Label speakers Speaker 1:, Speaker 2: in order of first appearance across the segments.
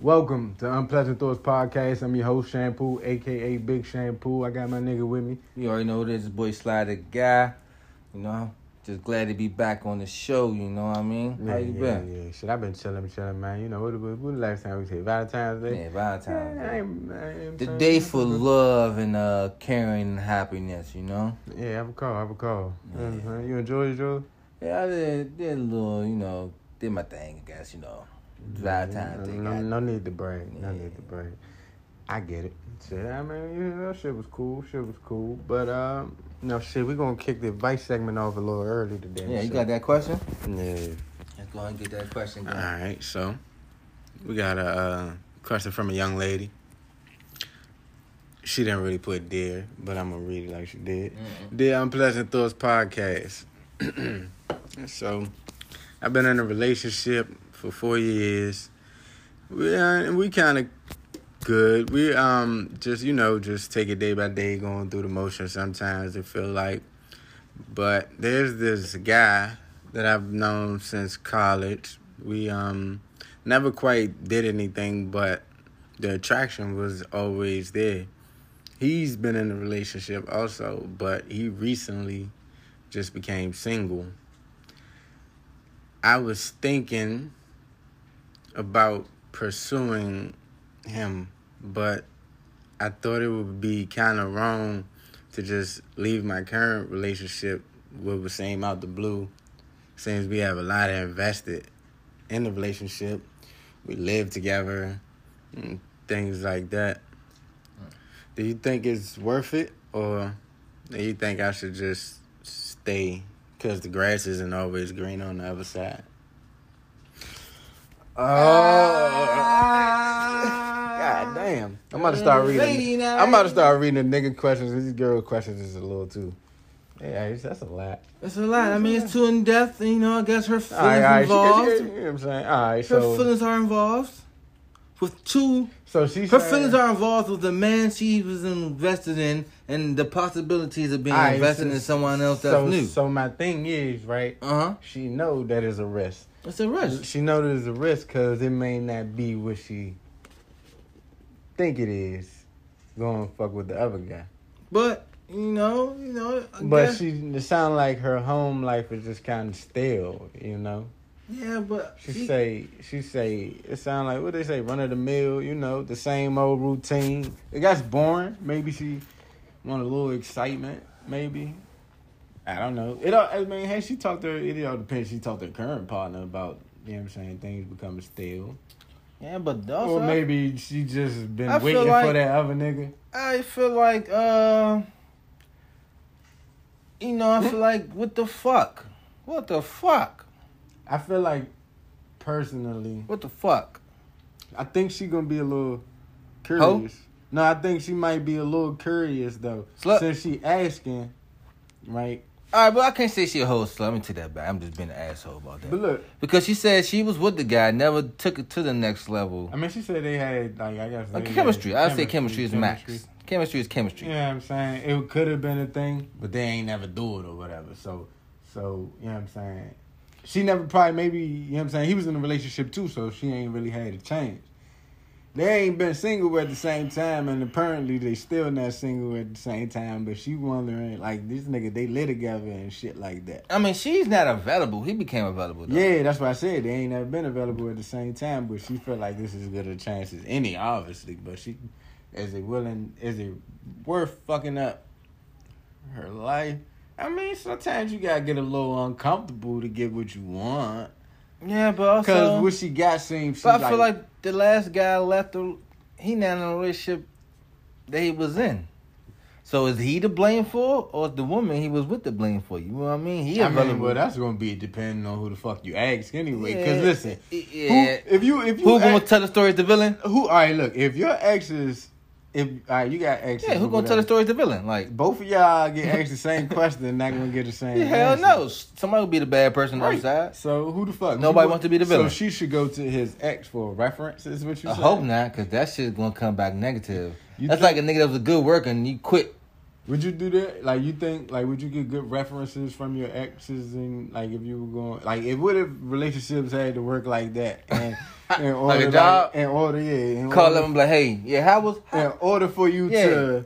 Speaker 1: Welcome to Unpleasant Thoughts Podcast. I'm your host, Shampoo, aka Big Shampoo. I got my nigga with me.
Speaker 2: You already know this boy Sly the guy. You know, just glad to be back on the show. You know what I mean? How you
Speaker 1: yeah,
Speaker 2: been?
Speaker 1: Yeah, yeah. Shit, I've been chilling, chilling, man. You know, what, what, what the last time we said? Valentine's
Speaker 2: Yeah,
Speaker 1: Day?
Speaker 2: Valentine's
Speaker 1: Yeah, I
Speaker 2: Day.
Speaker 1: ain't- I ain't-
Speaker 2: The day for love and uh, caring and happiness. You know?
Speaker 1: Yeah, have a call, have a call. You, know what I'm
Speaker 2: Yeah.
Speaker 1: saying? you enjoy it, Joe?
Speaker 2: Yeah, I did, did a little. You know, did my thing. I guess you know. Valentine's Day.
Speaker 1: No,
Speaker 2: guy.
Speaker 1: no need to brag. No
Speaker 2: Yeah.
Speaker 1: need to brag. I get it. Shit, I mean, you know, shit was cool. Shit was cool. But, um, no, shit, we going to kick the advice segment off a little early today. and
Speaker 2: Yeah, you
Speaker 1: shit.
Speaker 2: got that question?
Speaker 1: Yeah.
Speaker 2: Let's go and get that question.
Speaker 3: All
Speaker 2: guy.
Speaker 3: right, so we got a uh, question from a young lady. She didn't really put dear, but I'm gonna read it like she did.
Speaker 2: Mm-mm.
Speaker 3: Dear Unpleasant Thoughts podcast. so, I've been in a relationship for four years. We uh, we kind of good. We um just you know just take it day by day, going through the motions. Sometimes it feel like, but there's this guy that I've known since college. We um never quite did anything, but the attraction was always there. He's been in a relationship also, but he recently just became single. I was thinking about pursuing him, but I thought it would be kind of wrong to just leave my current relationship with the same out the blue. Since we have a lot invested in the relationship, we live together, and things like that. Do you think it's worth it, or do you think I should just stay? Because the grass isn't always green on the other side.
Speaker 1: Ah.
Speaker 2: Oh.
Speaker 3: Ah.
Speaker 1: God damn. I'm
Speaker 2: Mm.
Speaker 1: about to start
Speaker 2: Lady
Speaker 1: reading.
Speaker 2: night.
Speaker 1: I'm about to start reading the nigga questions. These girl questions is a little too. Yeah, that's a lot.
Speaker 2: It's a lot. I mean, it's too in depth. You know, I guess her feelings
Speaker 1: All right, all right. She,
Speaker 2: involved.
Speaker 1: you know what I'm saying? All right,
Speaker 2: her
Speaker 1: so
Speaker 2: feelings are involved with two.
Speaker 1: so she
Speaker 2: Her
Speaker 1: saying-
Speaker 2: feelings are involved with the man she was invested in, and the possibilities of being
Speaker 1: All right,
Speaker 2: invested
Speaker 1: so-
Speaker 2: in someone else that's
Speaker 1: so,
Speaker 2: new.
Speaker 1: So my thing is right.
Speaker 2: uh huh.
Speaker 1: She know that it's a risk.
Speaker 2: It's a rush.
Speaker 1: She know there's a risk because it may not be what she think it is. Going fuck with the other guy.
Speaker 2: But you know, you know. I
Speaker 1: But
Speaker 2: guess-
Speaker 1: she it sound like her home life is just kind of stale, you know.
Speaker 2: yeah, but
Speaker 1: She
Speaker 2: she-
Speaker 1: say she say it sound like what they say run of the mill, you know, the same old routine. It gets boring. Maybe she want a little excitement. Maybe I don't know. It all, I mean, hey, she talked to her. It all depends. She talked to her current partner about. You know what I'm saying? Things becoming stale.
Speaker 2: yeah, but also
Speaker 1: or maybe she just been
Speaker 2: I feel
Speaker 1: waiting for
Speaker 2: like-
Speaker 1: that other nigga.
Speaker 2: I feel like uh, you know, I feel like what the fuck, what the fuck,
Speaker 1: I feel like, personally,
Speaker 2: what the fuck.
Speaker 1: I think she gonna be a little curious. No, I think she might be a little curious though,
Speaker 2: Slut.
Speaker 1: since she asking, right?
Speaker 2: All right, but I can't say she a hoe. So let me take that back. I'm just being an asshole about that.
Speaker 1: But look,
Speaker 2: Because she said she was with the guy, never took it to the next level.
Speaker 1: I mean, she said they had like I guess
Speaker 2: Like
Speaker 1: they
Speaker 2: chemistry,
Speaker 1: had
Speaker 2: I say chemistry is max. Chemistry is
Speaker 1: You
Speaker 2: chemistry.
Speaker 1: know what I'm saying? It could have been a thing, but they ain't never do it or whatever. So, so you know what I'm saying? She never probably maybe you know what I'm saying. He was in a relationship too, so she ain't really had a change. They ain't been single at the same time, and apparently they still not single at the same time. But she wondering like this nigga they live together and shit like that.
Speaker 2: I mean, she's not available. He became available. Though.
Speaker 1: Yeah, that's why I said they ain't never been available at the same time. But she felt like this is as good a chance as any, obviously. But she, is it willing? Is it worth fucking up her life? I mean, sometimes you gotta get a little uncomfortable to get what you want.
Speaker 2: yeah, but
Speaker 1: Cause
Speaker 2: also,
Speaker 1: what she got seems.
Speaker 2: but I feel like the last guy left the, he not in a relationship that he was in. So is he to blame for, or is the woman he was with to blame for? You know what I mean? He
Speaker 1: I mean, well, that's gonna be depending on who the fuck you ask anyway.
Speaker 2: Yeah.
Speaker 1: Cause listen, who-
Speaker 2: yeah.
Speaker 1: if you if you
Speaker 2: Who, gonna
Speaker 1: ask-
Speaker 2: tell the story is the villain?
Speaker 1: who, all right, look, if your exes, if all right, you got exes,
Speaker 2: Yeah, who gonna
Speaker 1: whatever.
Speaker 2: tell the story is the villain? Like,
Speaker 1: Both of y'all get asked the same question, not gonna get the same.
Speaker 2: yeah, hell
Speaker 1: answer.
Speaker 2: no. Somebody would be the bad person on the
Speaker 1: Right.
Speaker 2: outside.
Speaker 1: So who the fuck?
Speaker 2: Nobody
Speaker 1: you-
Speaker 2: wants to be the
Speaker 1: So
Speaker 2: villain.
Speaker 1: she should go to his ex for reference. Is what you?
Speaker 2: I
Speaker 1: said?
Speaker 2: hope not, because that shit's gonna come back negative.
Speaker 1: You
Speaker 2: That's
Speaker 1: think-
Speaker 2: like a nigga that was a good worker and you quit
Speaker 1: Would you do that? Like, you think, like, would you get good references from your exes? And, like, if you were going, like, if what if relationships had to work like that? And, in order,
Speaker 2: a job?
Speaker 1: in order, yeah. In
Speaker 2: Call
Speaker 1: order,
Speaker 2: them and be like, hey, yeah, how was how,
Speaker 1: In order for you
Speaker 2: Yeah.
Speaker 1: to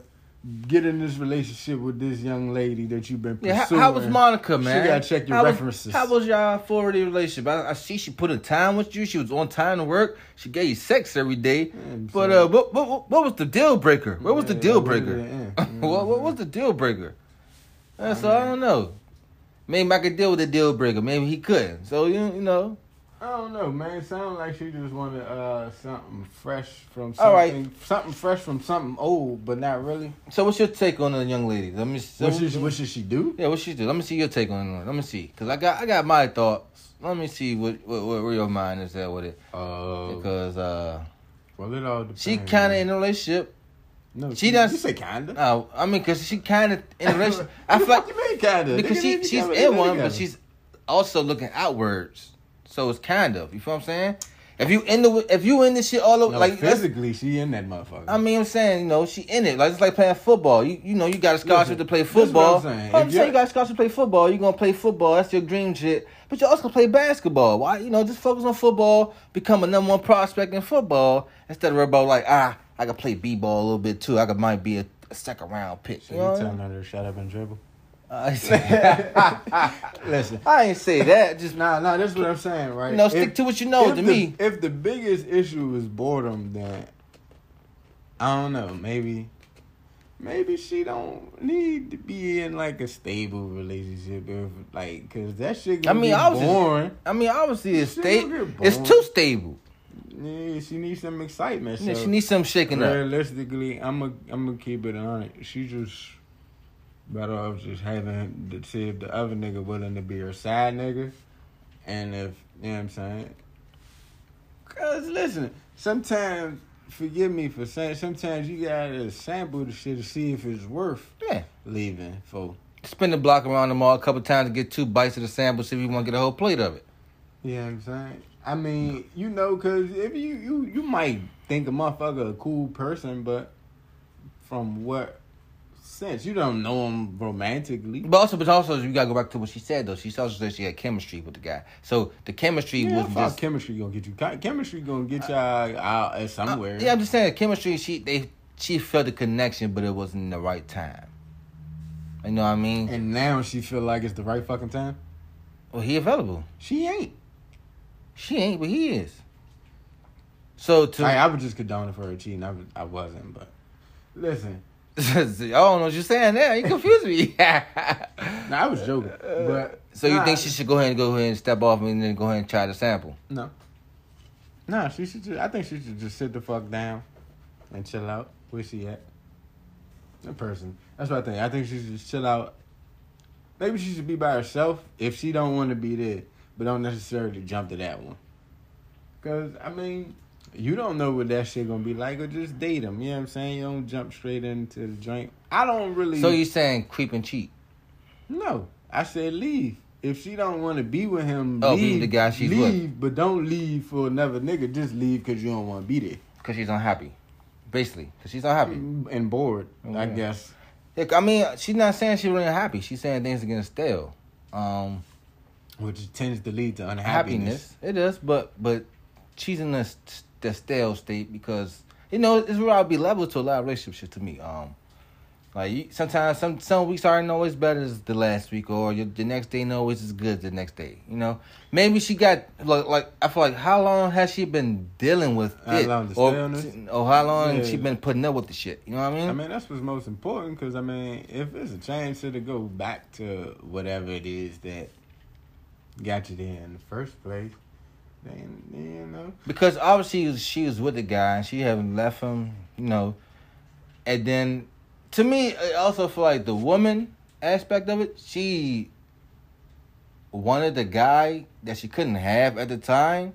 Speaker 1: get in this relationship with this young lady that you've been pursuing.
Speaker 2: Yeah, how, how was Monica,
Speaker 1: she
Speaker 2: man?
Speaker 1: gotta check your
Speaker 2: How was-
Speaker 1: references.
Speaker 2: how was y'all four-year relationship? I, I see she put in time with you. She was on time to work. She gave you sex every day.
Speaker 1: I'm
Speaker 2: but
Speaker 1: sorry.
Speaker 2: uh, what, what what- what was the deal breaker? What was the
Speaker 1: Yeah,
Speaker 2: deal
Speaker 1: what did
Speaker 2: breaker?
Speaker 1: it end?
Speaker 2: what what was the deal breaker? Uh, so I don't know. Maybe I could deal with the deal breaker. Maybe he couldn't. So you you know.
Speaker 1: I don't know, man. It sounded like she just wanted uh, something fresh from something,
Speaker 2: All right.
Speaker 1: something fresh from something old, but not really.
Speaker 2: So what's your take on the young lady? Let me. So,
Speaker 1: what, should she, what should she do?
Speaker 2: yeah, what she do? Let me see your take on it. Let me see, cause I got I got my thoughts. Let me see what what, what where your mind is at with it,
Speaker 1: Uh,
Speaker 2: because uh.
Speaker 1: well, it all depends.
Speaker 2: She kind of
Speaker 1: man.
Speaker 2: in a relationship.
Speaker 1: No,
Speaker 2: she does-
Speaker 1: You say kinda.
Speaker 2: No, I mean, cause she kind of in a relationship. I
Speaker 1: What the
Speaker 2: feel like
Speaker 1: fuck you mean kinda?
Speaker 2: because
Speaker 1: Nigga,
Speaker 2: she
Speaker 1: they
Speaker 2: she's
Speaker 1: together,
Speaker 2: in
Speaker 1: they
Speaker 2: one,
Speaker 1: together.
Speaker 2: but she's also looking outwards. So it's kind of you feel what I'm saying. If you in the if you in this shit all over
Speaker 1: No,
Speaker 2: like that's,
Speaker 1: physically she in that motherfucker.
Speaker 2: I mean I'm saying you know she in it like it's like playing football. You you know you got a scholarship
Speaker 1: Listen,
Speaker 2: to play
Speaker 1: this is what
Speaker 2: football.
Speaker 1: I'm saying.
Speaker 2: Oh, I'm
Speaker 1: If
Speaker 2: saying
Speaker 1: you're-
Speaker 2: you got a scholarship to play football. You are gonna play football. That's your dream shit. But you also gonna play basketball. Why you know just focus on football. Become a number one prospect in football instead of worry about like ah I could play b ball a little bit too. I could might be a, a second round pick.
Speaker 1: so
Speaker 2: you
Speaker 1: you
Speaker 2: know?
Speaker 1: telling her to shut up and dribble?
Speaker 2: I, ain't-
Speaker 1: Listen,
Speaker 2: I ain't say that. Just
Speaker 1: nah, nah. This is what I'm saying, right?
Speaker 2: you know stick to what you know.
Speaker 1: if
Speaker 2: To
Speaker 1: the-
Speaker 2: me,
Speaker 1: If the biggest issue is boredom, then I don't know. Maybe, maybe she don't need to be in like a stable relationship. If like, cause that shit.
Speaker 2: I
Speaker 1: Gonna
Speaker 2: mean
Speaker 1: be
Speaker 2: I was just-
Speaker 1: boring.
Speaker 2: I mean obviously it's
Speaker 1: She
Speaker 2: stable.
Speaker 1: don't get
Speaker 2: It's
Speaker 1: bored.
Speaker 2: too stable.
Speaker 1: yeah, she needs some excitement.
Speaker 2: Yeah,
Speaker 1: so
Speaker 2: she needs some shaking up.
Speaker 1: realistically, I'm a, I'm gonna keep it on it. She just. Better off just having to see if the other nigga willing to be her side nigga. And if, you know what I'm saying? Cause listen, sometimes, forgive me for saying, sometimes you gotta sample the shit to see if it's worth
Speaker 2: Yeah.
Speaker 1: leaving for.
Speaker 2: Spin the block around the mall a couple times to get two bites of the sample, see if you want to get a whole plate of it.
Speaker 1: You know what I'm saying? I mean, you know, cause if you, you, you might think a motherfucker a cool person, but from what sense? You don't know him romantically.
Speaker 2: But also, but also, you gotta go back to what she said though. She also said she had chemistry with the guy, so the chemistry
Speaker 1: Yeah,
Speaker 2: wasn't
Speaker 1: fuck,
Speaker 2: just.
Speaker 1: chemistry gonna get you. Chi- Chemistry gonna get y'all out at somewhere.
Speaker 2: uh, Yeah, I'm just saying, chemistry. She they she felt the connection, but it wasn't the right time. You know what I mean?
Speaker 1: And now she feel like it's the right fucking time.
Speaker 2: well, he available.
Speaker 1: She ain't.
Speaker 2: She ain't, but he is. So to
Speaker 1: I, I was just condoning for her cheating. I, was- I wasn't, but listen,
Speaker 2: I don't know what you're saying there. You confuse me.
Speaker 1: no, I was joking. But
Speaker 2: Uh, so you
Speaker 1: nah,
Speaker 2: think she should go ahead and go ahead and step off and then go ahead and try the sample?
Speaker 1: No, no, she should. Just, I think she should just sit the fuck down and chill out. Where she at? In person. That's what I think. I think she should just chill out. Maybe she should be by herself if she don't want to be there, but don't necessarily jump to that one. Cause I mean, you don't know what that shit gonna be like, or just date him. You know what I'm saying? You don't jump straight into the drink. I don't really.
Speaker 2: So you saying creep and cheat?
Speaker 1: No, I said leave. If she don't want to be with him,
Speaker 2: Oh,
Speaker 1: leave.
Speaker 2: meaning the guy she's with.
Speaker 1: leave, but don't leave for another nigga. Just leave because you don't want to be there
Speaker 2: Because she's unhappy. Basically, because she's unhappy.
Speaker 1: and bored. I
Speaker 2: Okay.
Speaker 1: guess.
Speaker 2: Look, I mean, she's not saying she's really unhappy. She's saying things are getting stale. Um,
Speaker 1: Which tends to lead to unhappiness.
Speaker 2: happiness. It is, but but she's in the, the stale state because, you know, it's where I'll be level to a lot of relationships to me. Um, like, you, sometimes some some weeks aren't always better as the last week, or your, the next day ain't always as good as the next day, you know? Maybe she got, like, like I feel like, how long has she been dealing with
Speaker 1: How
Speaker 2: it?
Speaker 1: long the
Speaker 2: or,
Speaker 1: staleness?
Speaker 2: or how long
Speaker 1: Yeah.
Speaker 2: she been putting up with the shit, you know what I mean?
Speaker 1: I mean, that's what's most important because I mean, if it's a chance to go back to whatever it is that got you there in the first place, then you know.
Speaker 2: Because obviously she was with the guy and she haven't left him, you know. And then, to me, I also feel like the woman aspect of it, she wanted the guy that she couldn't have at the time,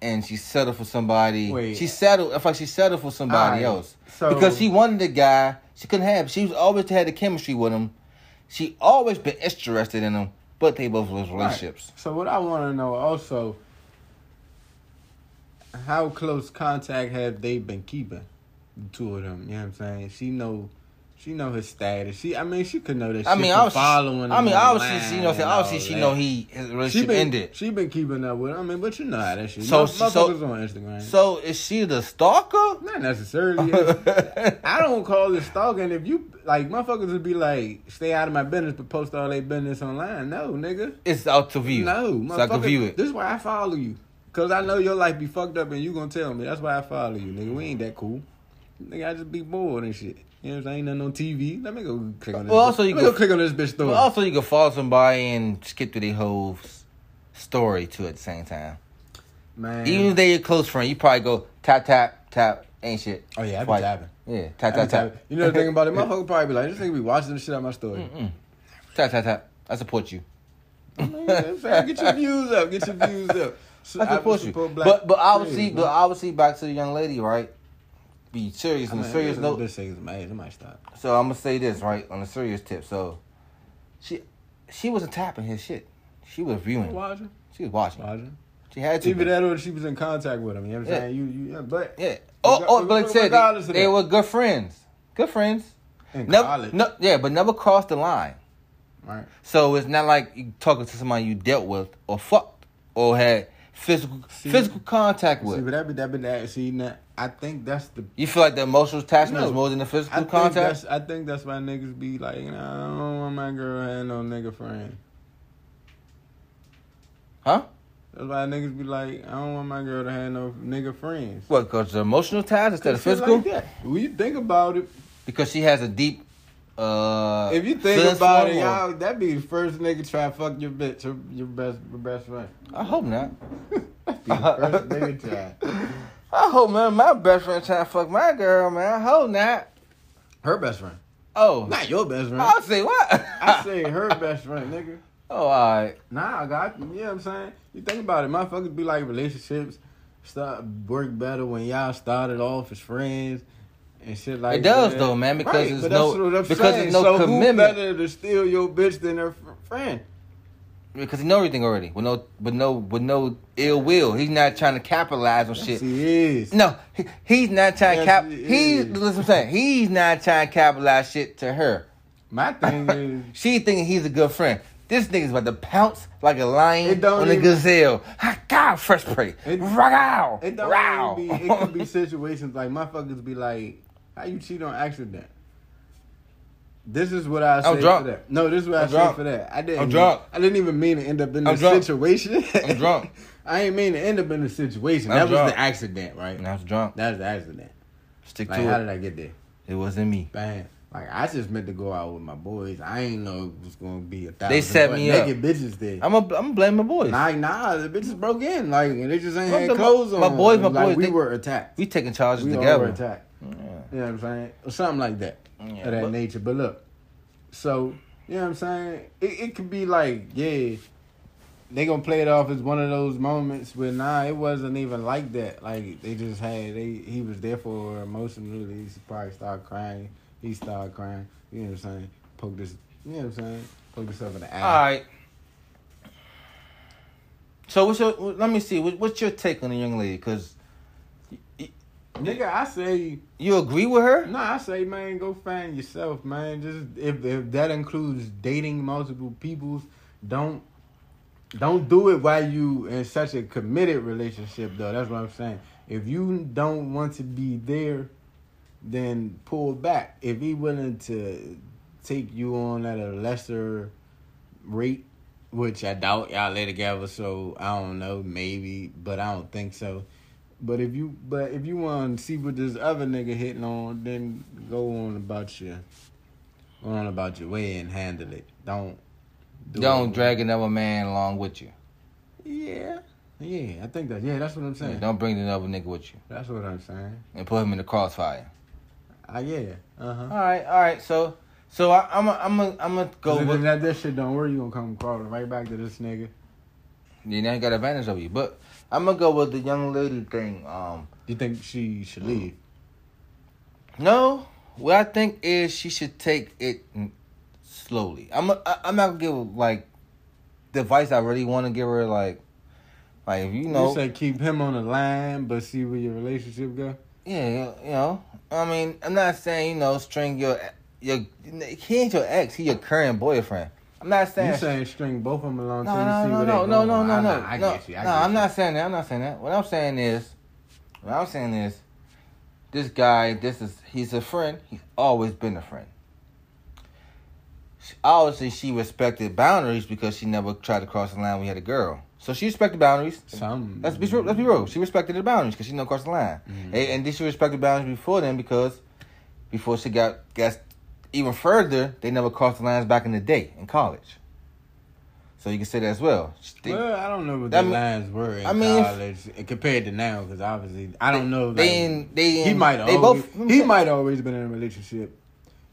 Speaker 2: and she settled for somebody.
Speaker 1: Wait.
Speaker 2: She settled. I feel like she settled for somebody
Speaker 1: Alright,
Speaker 2: else
Speaker 1: so-
Speaker 2: because she wanted the guy she couldn't have. She was always had the chemistry with him. She always been interested in him, but they both was
Speaker 1: Right.
Speaker 2: relationships.
Speaker 1: So what I want to know also, how close contact have they been keeping, the two of them? You know what I'm saying? She know She know his status. She, I mean, she could know that.
Speaker 2: I
Speaker 1: shit
Speaker 2: mean,
Speaker 1: from
Speaker 2: obviously,
Speaker 1: following.
Speaker 2: I
Speaker 1: him
Speaker 2: mean,
Speaker 1: online
Speaker 2: obviously, you know,
Speaker 1: and
Speaker 2: obviously,
Speaker 1: all
Speaker 2: she
Speaker 1: that.
Speaker 2: know he his
Speaker 1: She
Speaker 2: relationship
Speaker 1: been,
Speaker 2: ended.
Speaker 1: She been keeping up with. him. I mean, but you know how that shit.
Speaker 2: So
Speaker 1: So,
Speaker 2: she- so-
Speaker 1: motherfuckers on Instagram.
Speaker 2: So is she the stalker?
Speaker 1: Not necessarily. It's- I don't call it stalking. If you like, motherfuckers would be like, "Stay out of my business," but post all their business online. No, nigga.
Speaker 2: It's out to view.
Speaker 1: No,
Speaker 2: so I can
Speaker 1: motherfucker.
Speaker 2: view it.
Speaker 1: This is why I follow you, cause I know your life be fucked up, and you gonna tell me. That's why I follow you, nigga. We ain't that cool. Nigga, I just be bored and shit. You know what I'm saying? Ain't nothing on TV. Let me go click on this.
Speaker 2: Well, also
Speaker 1: bitch.
Speaker 2: you
Speaker 1: Let me
Speaker 2: go-
Speaker 1: go click on this bitch story.
Speaker 2: But also, you can follow somebody and skip through their whole s- story too at the same time.
Speaker 1: Man.
Speaker 2: Even if they're your close friend, you probably go tap tap tap, ain't shit.
Speaker 1: oh yeah, I be
Speaker 2: Twice.
Speaker 1: tapping.
Speaker 2: Yeah,
Speaker 1: I
Speaker 2: tap
Speaker 1: be
Speaker 2: tap
Speaker 1: tapping.
Speaker 2: tap.
Speaker 1: You know the thing about it, motherfucker probably be like, this nigga be watching the shit out of my story.
Speaker 2: Tap tap tap. I support you.
Speaker 1: Man, get your views up. Get your views up. So
Speaker 2: I support you.
Speaker 1: black
Speaker 2: but but obviously,
Speaker 1: creators,
Speaker 2: but
Speaker 1: man.
Speaker 2: obviously, back to the young lady, right? Be serious
Speaker 1: I
Speaker 2: on
Speaker 1: mean,
Speaker 2: a serious
Speaker 1: this-
Speaker 2: note.
Speaker 1: This thing is amazing. I might stop.
Speaker 2: So I'm gonna say this right on a serious tip. So, she she wasn't tapping his shit. She was viewing.
Speaker 1: Watching,
Speaker 2: She was watching.
Speaker 1: watching.
Speaker 2: She had to.
Speaker 1: Either
Speaker 2: be.
Speaker 1: that or she was in contact with him. You know what I'm
Speaker 2: Yeah.
Speaker 1: saying? You, you, yeah, but
Speaker 2: Yeah. Oh, oh, but it said
Speaker 1: regardless
Speaker 2: they,
Speaker 1: of
Speaker 2: they
Speaker 1: that,
Speaker 2: were good friends. Good friends.
Speaker 1: in
Speaker 2: Never,
Speaker 1: college,
Speaker 2: no, yeah, but never crossed the line.
Speaker 1: right?
Speaker 2: So it's not like you talking to somebody you dealt with or fucked or had physical
Speaker 1: See-
Speaker 2: physical contact
Speaker 1: See,
Speaker 2: with.
Speaker 1: but that be that be that. See, now, I think that's the
Speaker 2: You feel like the emotional attachment
Speaker 1: No.
Speaker 2: is more than the
Speaker 1: I
Speaker 2: physical
Speaker 1: think
Speaker 2: contact.
Speaker 1: that's I think that's why niggas be like, you know, I don't want my girl to have no nigga friend.
Speaker 2: Huh?
Speaker 1: That's why niggas be like, I don't want my girl to have no nigga friends.
Speaker 2: What? Because the emotional ties instead of
Speaker 1: Shit
Speaker 2: physical.
Speaker 1: Like that. when you think about it,
Speaker 2: because she has a deep. uh
Speaker 1: If you think
Speaker 2: feelings
Speaker 1: about
Speaker 2: for
Speaker 1: it,
Speaker 2: him, or-
Speaker 1: y'all, that'd be the first nigga try to fuck your bitch, your, your best your best friend.
Speaker 2: I hope not.
Speaker 1: That'd be the first nigga try.
Speaker 2: I hope man, my best friend trying to fuck my girl, man. I hope not.
Speaker 1: Her best friend,
Speaker 2: Oh,
Speaker 1: not your best friend.
Speaker 2: I'll say what?
Speaker 1: I say her best friend, nigga.
Speaker 2: Oh, all right.
Speaker 1: Nah, I got you know what I'm saying. You think about it, motherfuckers be like relationships start work better when y'all started off as friends and shit like.
Speaker 2: It does
Speaker 1: that.
Speaker 2: though, man, because
Speaker 1: Right,
Speaker 2: there's
Speaker 1: but
Speaker 2: no-
Speaker 1: that's what I'm
Speaker 2: because
Speaker 1: saying.
Speaker 2: there's no
Speaker 1: so Who
Speaker 2: commitment.
Speaker 1: better to steal your bitch than her fr- friend?
Speaker 2: Because he know everything already. With no, with no, with no ill will. He's not trying to capitalize on shit.
Speaker 1: She is.
Speaker 2: No, he, he's not trying
Speaker 1: Yes,
Speaker 2: to cap.
Speaker 1: he
Speaker 2: He's
Speaker 1: is.
Speaker 2: listen. What I'm saying he's not trying to capitalize shit to her.
Speaker 1: My thing is.
Speaker 2: She thinking he's a good friend. This nigga's about to pounce like a lion
Speaker 1: It don't
Speaker 2: on a
Speaker 1: even-
Speaker 2: gazelle. Ha, God, fresh prey.
Speaker 1: It-
Speaker 2: Row.
Speaker 1: It don't
Speaker 2: Row.
Speaker 1: even be. It could be situations like motherfuckers be like, "How you cheat on accident?" This is what I say
Speaker 2: drunk.
Speaker 1: for that. No, this is what i
Speaker 2: I'm
Speaker 1: say
Speaker 2: drunk.
Speaker 1: for that. I didn't.
Speaker 2: I'm drunk.
Speaker 1: I didn't even mean to end up in
Speaker 2: I'm
Speaker 1: this
Speaker 2: drunk.
Speaker 1: situation.
Speaker 2: I'm drunk.
Speaker 1: I ain't mean to end up in this situation.
Speaker 2: I'm
Speaker 1: that was
Speaker 2: drunk.
Speaker 1: the accident, right?
Speaker 2: And I was drunk.
Speaker 1: That was the accident.
Speaker 2: Stick
Speaker 1: Like,
Speaker 2: to
Speaker 1: how
Speaker 2: it.
Speaker 1: did I get there?
Speaker 2: It wasn't me.
Speaker 1: Bam. Like I just meant to go out with my boys. I ain't know it was gonna be a thousand.
Speaker 2: They set
Speaker 1: butt
Speaker 2: me up.
Speaker 1: naked bitches there.
Speaker 2: I'm a, I'm blame my boys.
Speaker 1: Like nah, the bitches broke in. Like and they just ain't
Speaker 2: Well,
Speaker 1: had
Speaker 2: the-
Speaker 1: clothes on.
Speaker 2: my boys- my
Speaker 1: Like,
Speaker 2: boys,
Speaker 1: we
Speaker 2: they-
Speaker 1: were attacked.
Speaker 2: We taking charges
Speaker 1: we all were
Speaker 2: together.
Speaker 1: attacked. You know what I'm saying? Or something like that.
Speaker 2: Yeah,
Speaker 1: of that
Speaker 2: but-
Speaker 1: nature. But look, so, you know what I'm saying? It, it could be like, yeah, they gonna play it off as one of those moments where nah, it wasn't even like that. Like they just had they he was there for her emotionally. He probably started crying. He started crying. You know what I'm saying? Poke this you know what I'm saying? Poke himself in the eye.
Speaker 2: All right. So what's your? Let me see. What, what's your take on the young lady? Because
Speaker 1: Nigga, I say
Speaker 2: you agree with her.
Speaker 1: No, I say, man, go find yourself, man. Just if if that includes dating multiple peoples, don't don't do it while you in such a committed relationship though. That's what I'm saying. If you don't want to be there, then pull back. If he willing to take you on at a lesser rate, which I doubt y'all lay together, so I don't know, maybe, but I don't think so. But if you but if you want to see what this other nigga hitting on, then go on about your go on about your way and handle it. Don't do
Speaker 2: Don't
Speaker 1: it.
Speaker 2: drag another man along with you.
Speaker 1: Yeah, yeah, I think that. Yeah, that's what I'm saying.
Speaker 2: Don't bring another nigga with you
Speaker 1: That's what I'm saying.
Speaker 2: and put him in the crossfire.
Speaker 1: I yeah, uh huh.
Speaker 2: All right. All right. So so I, I'm a, I'm a, I'm gonna go
Speaker 1: Go
Speaker 2: with.
Speaker 1: that this shit don't work, you gonna come crawling right back to this nigga.
Speaker 2: You now got advantage over you, but I'm gonna go with the young lady thing. Um.
Speaker 1: You think she should leave?
Speaker 2: No, what I think is she should take it n- slowly. I'm a, I- I'm not gonna give like the advice I really want to give her. Like, like if you know,
Speaker 1: You say keep him on the line, but see where your relationship go.
Speaker 2: yeah, you know. I mean, I'm not saying you know string your your he ain't your ex. He your current boyfriend. I'm not saying.
Speaker 1: You saying string both of them along
Speaker 2: no,
Speaker 1: till you
Speaker 2: no,
Speaker 1: see
Speaker 2: no,
Speaker 1: where
Speaker 2: no,
Speaker 1: they
Speaker 2: no,
Speaker 1: going.
Speaker 2: no, no,
Speaker 1: I-
Speaker 2: no,
Speaker 1: I, I
Speaker 2: no.
Speaker 1: get you. I
Speaker 2: no,
Speaker 1: get
Speaker 2: I'm
Speaker 1: you.
Speaker 2: not saying that. I'm not saying that. What I'm saying is, what I'm saying is, this guy, this is he's a friend. He's always been a friend. She- Obviously, she respected boundaries because she never tried to cross the line. when We had a girl, so she respected boundaries.
Speaker 1: Some.
Speaker 2: Let's be let's be real. She respected the boundaries because she know cross the line,
Speaker 1: Mhm.
Speaker 2: and, and then she respected boundaries before then because before she got got even further, they never crossed the lines back in the day in college. So you can say that as well. She- they-
Speaker 1: Well, I don't know what
Speaker 2: That
Speaker 1: the
Speaker 2: mean-
Speaker 1: lines were in
Speaker 2: I mean, if-
Speaker 1: college and compared to now, because obviously I don't know. Like,
Speaker 2: they in- they in-
Speaker 1: he might have
Speaker 2: they
Speaker 1: always,
Speaker 2: both-
Speaker 1: he might have always been in a relationship.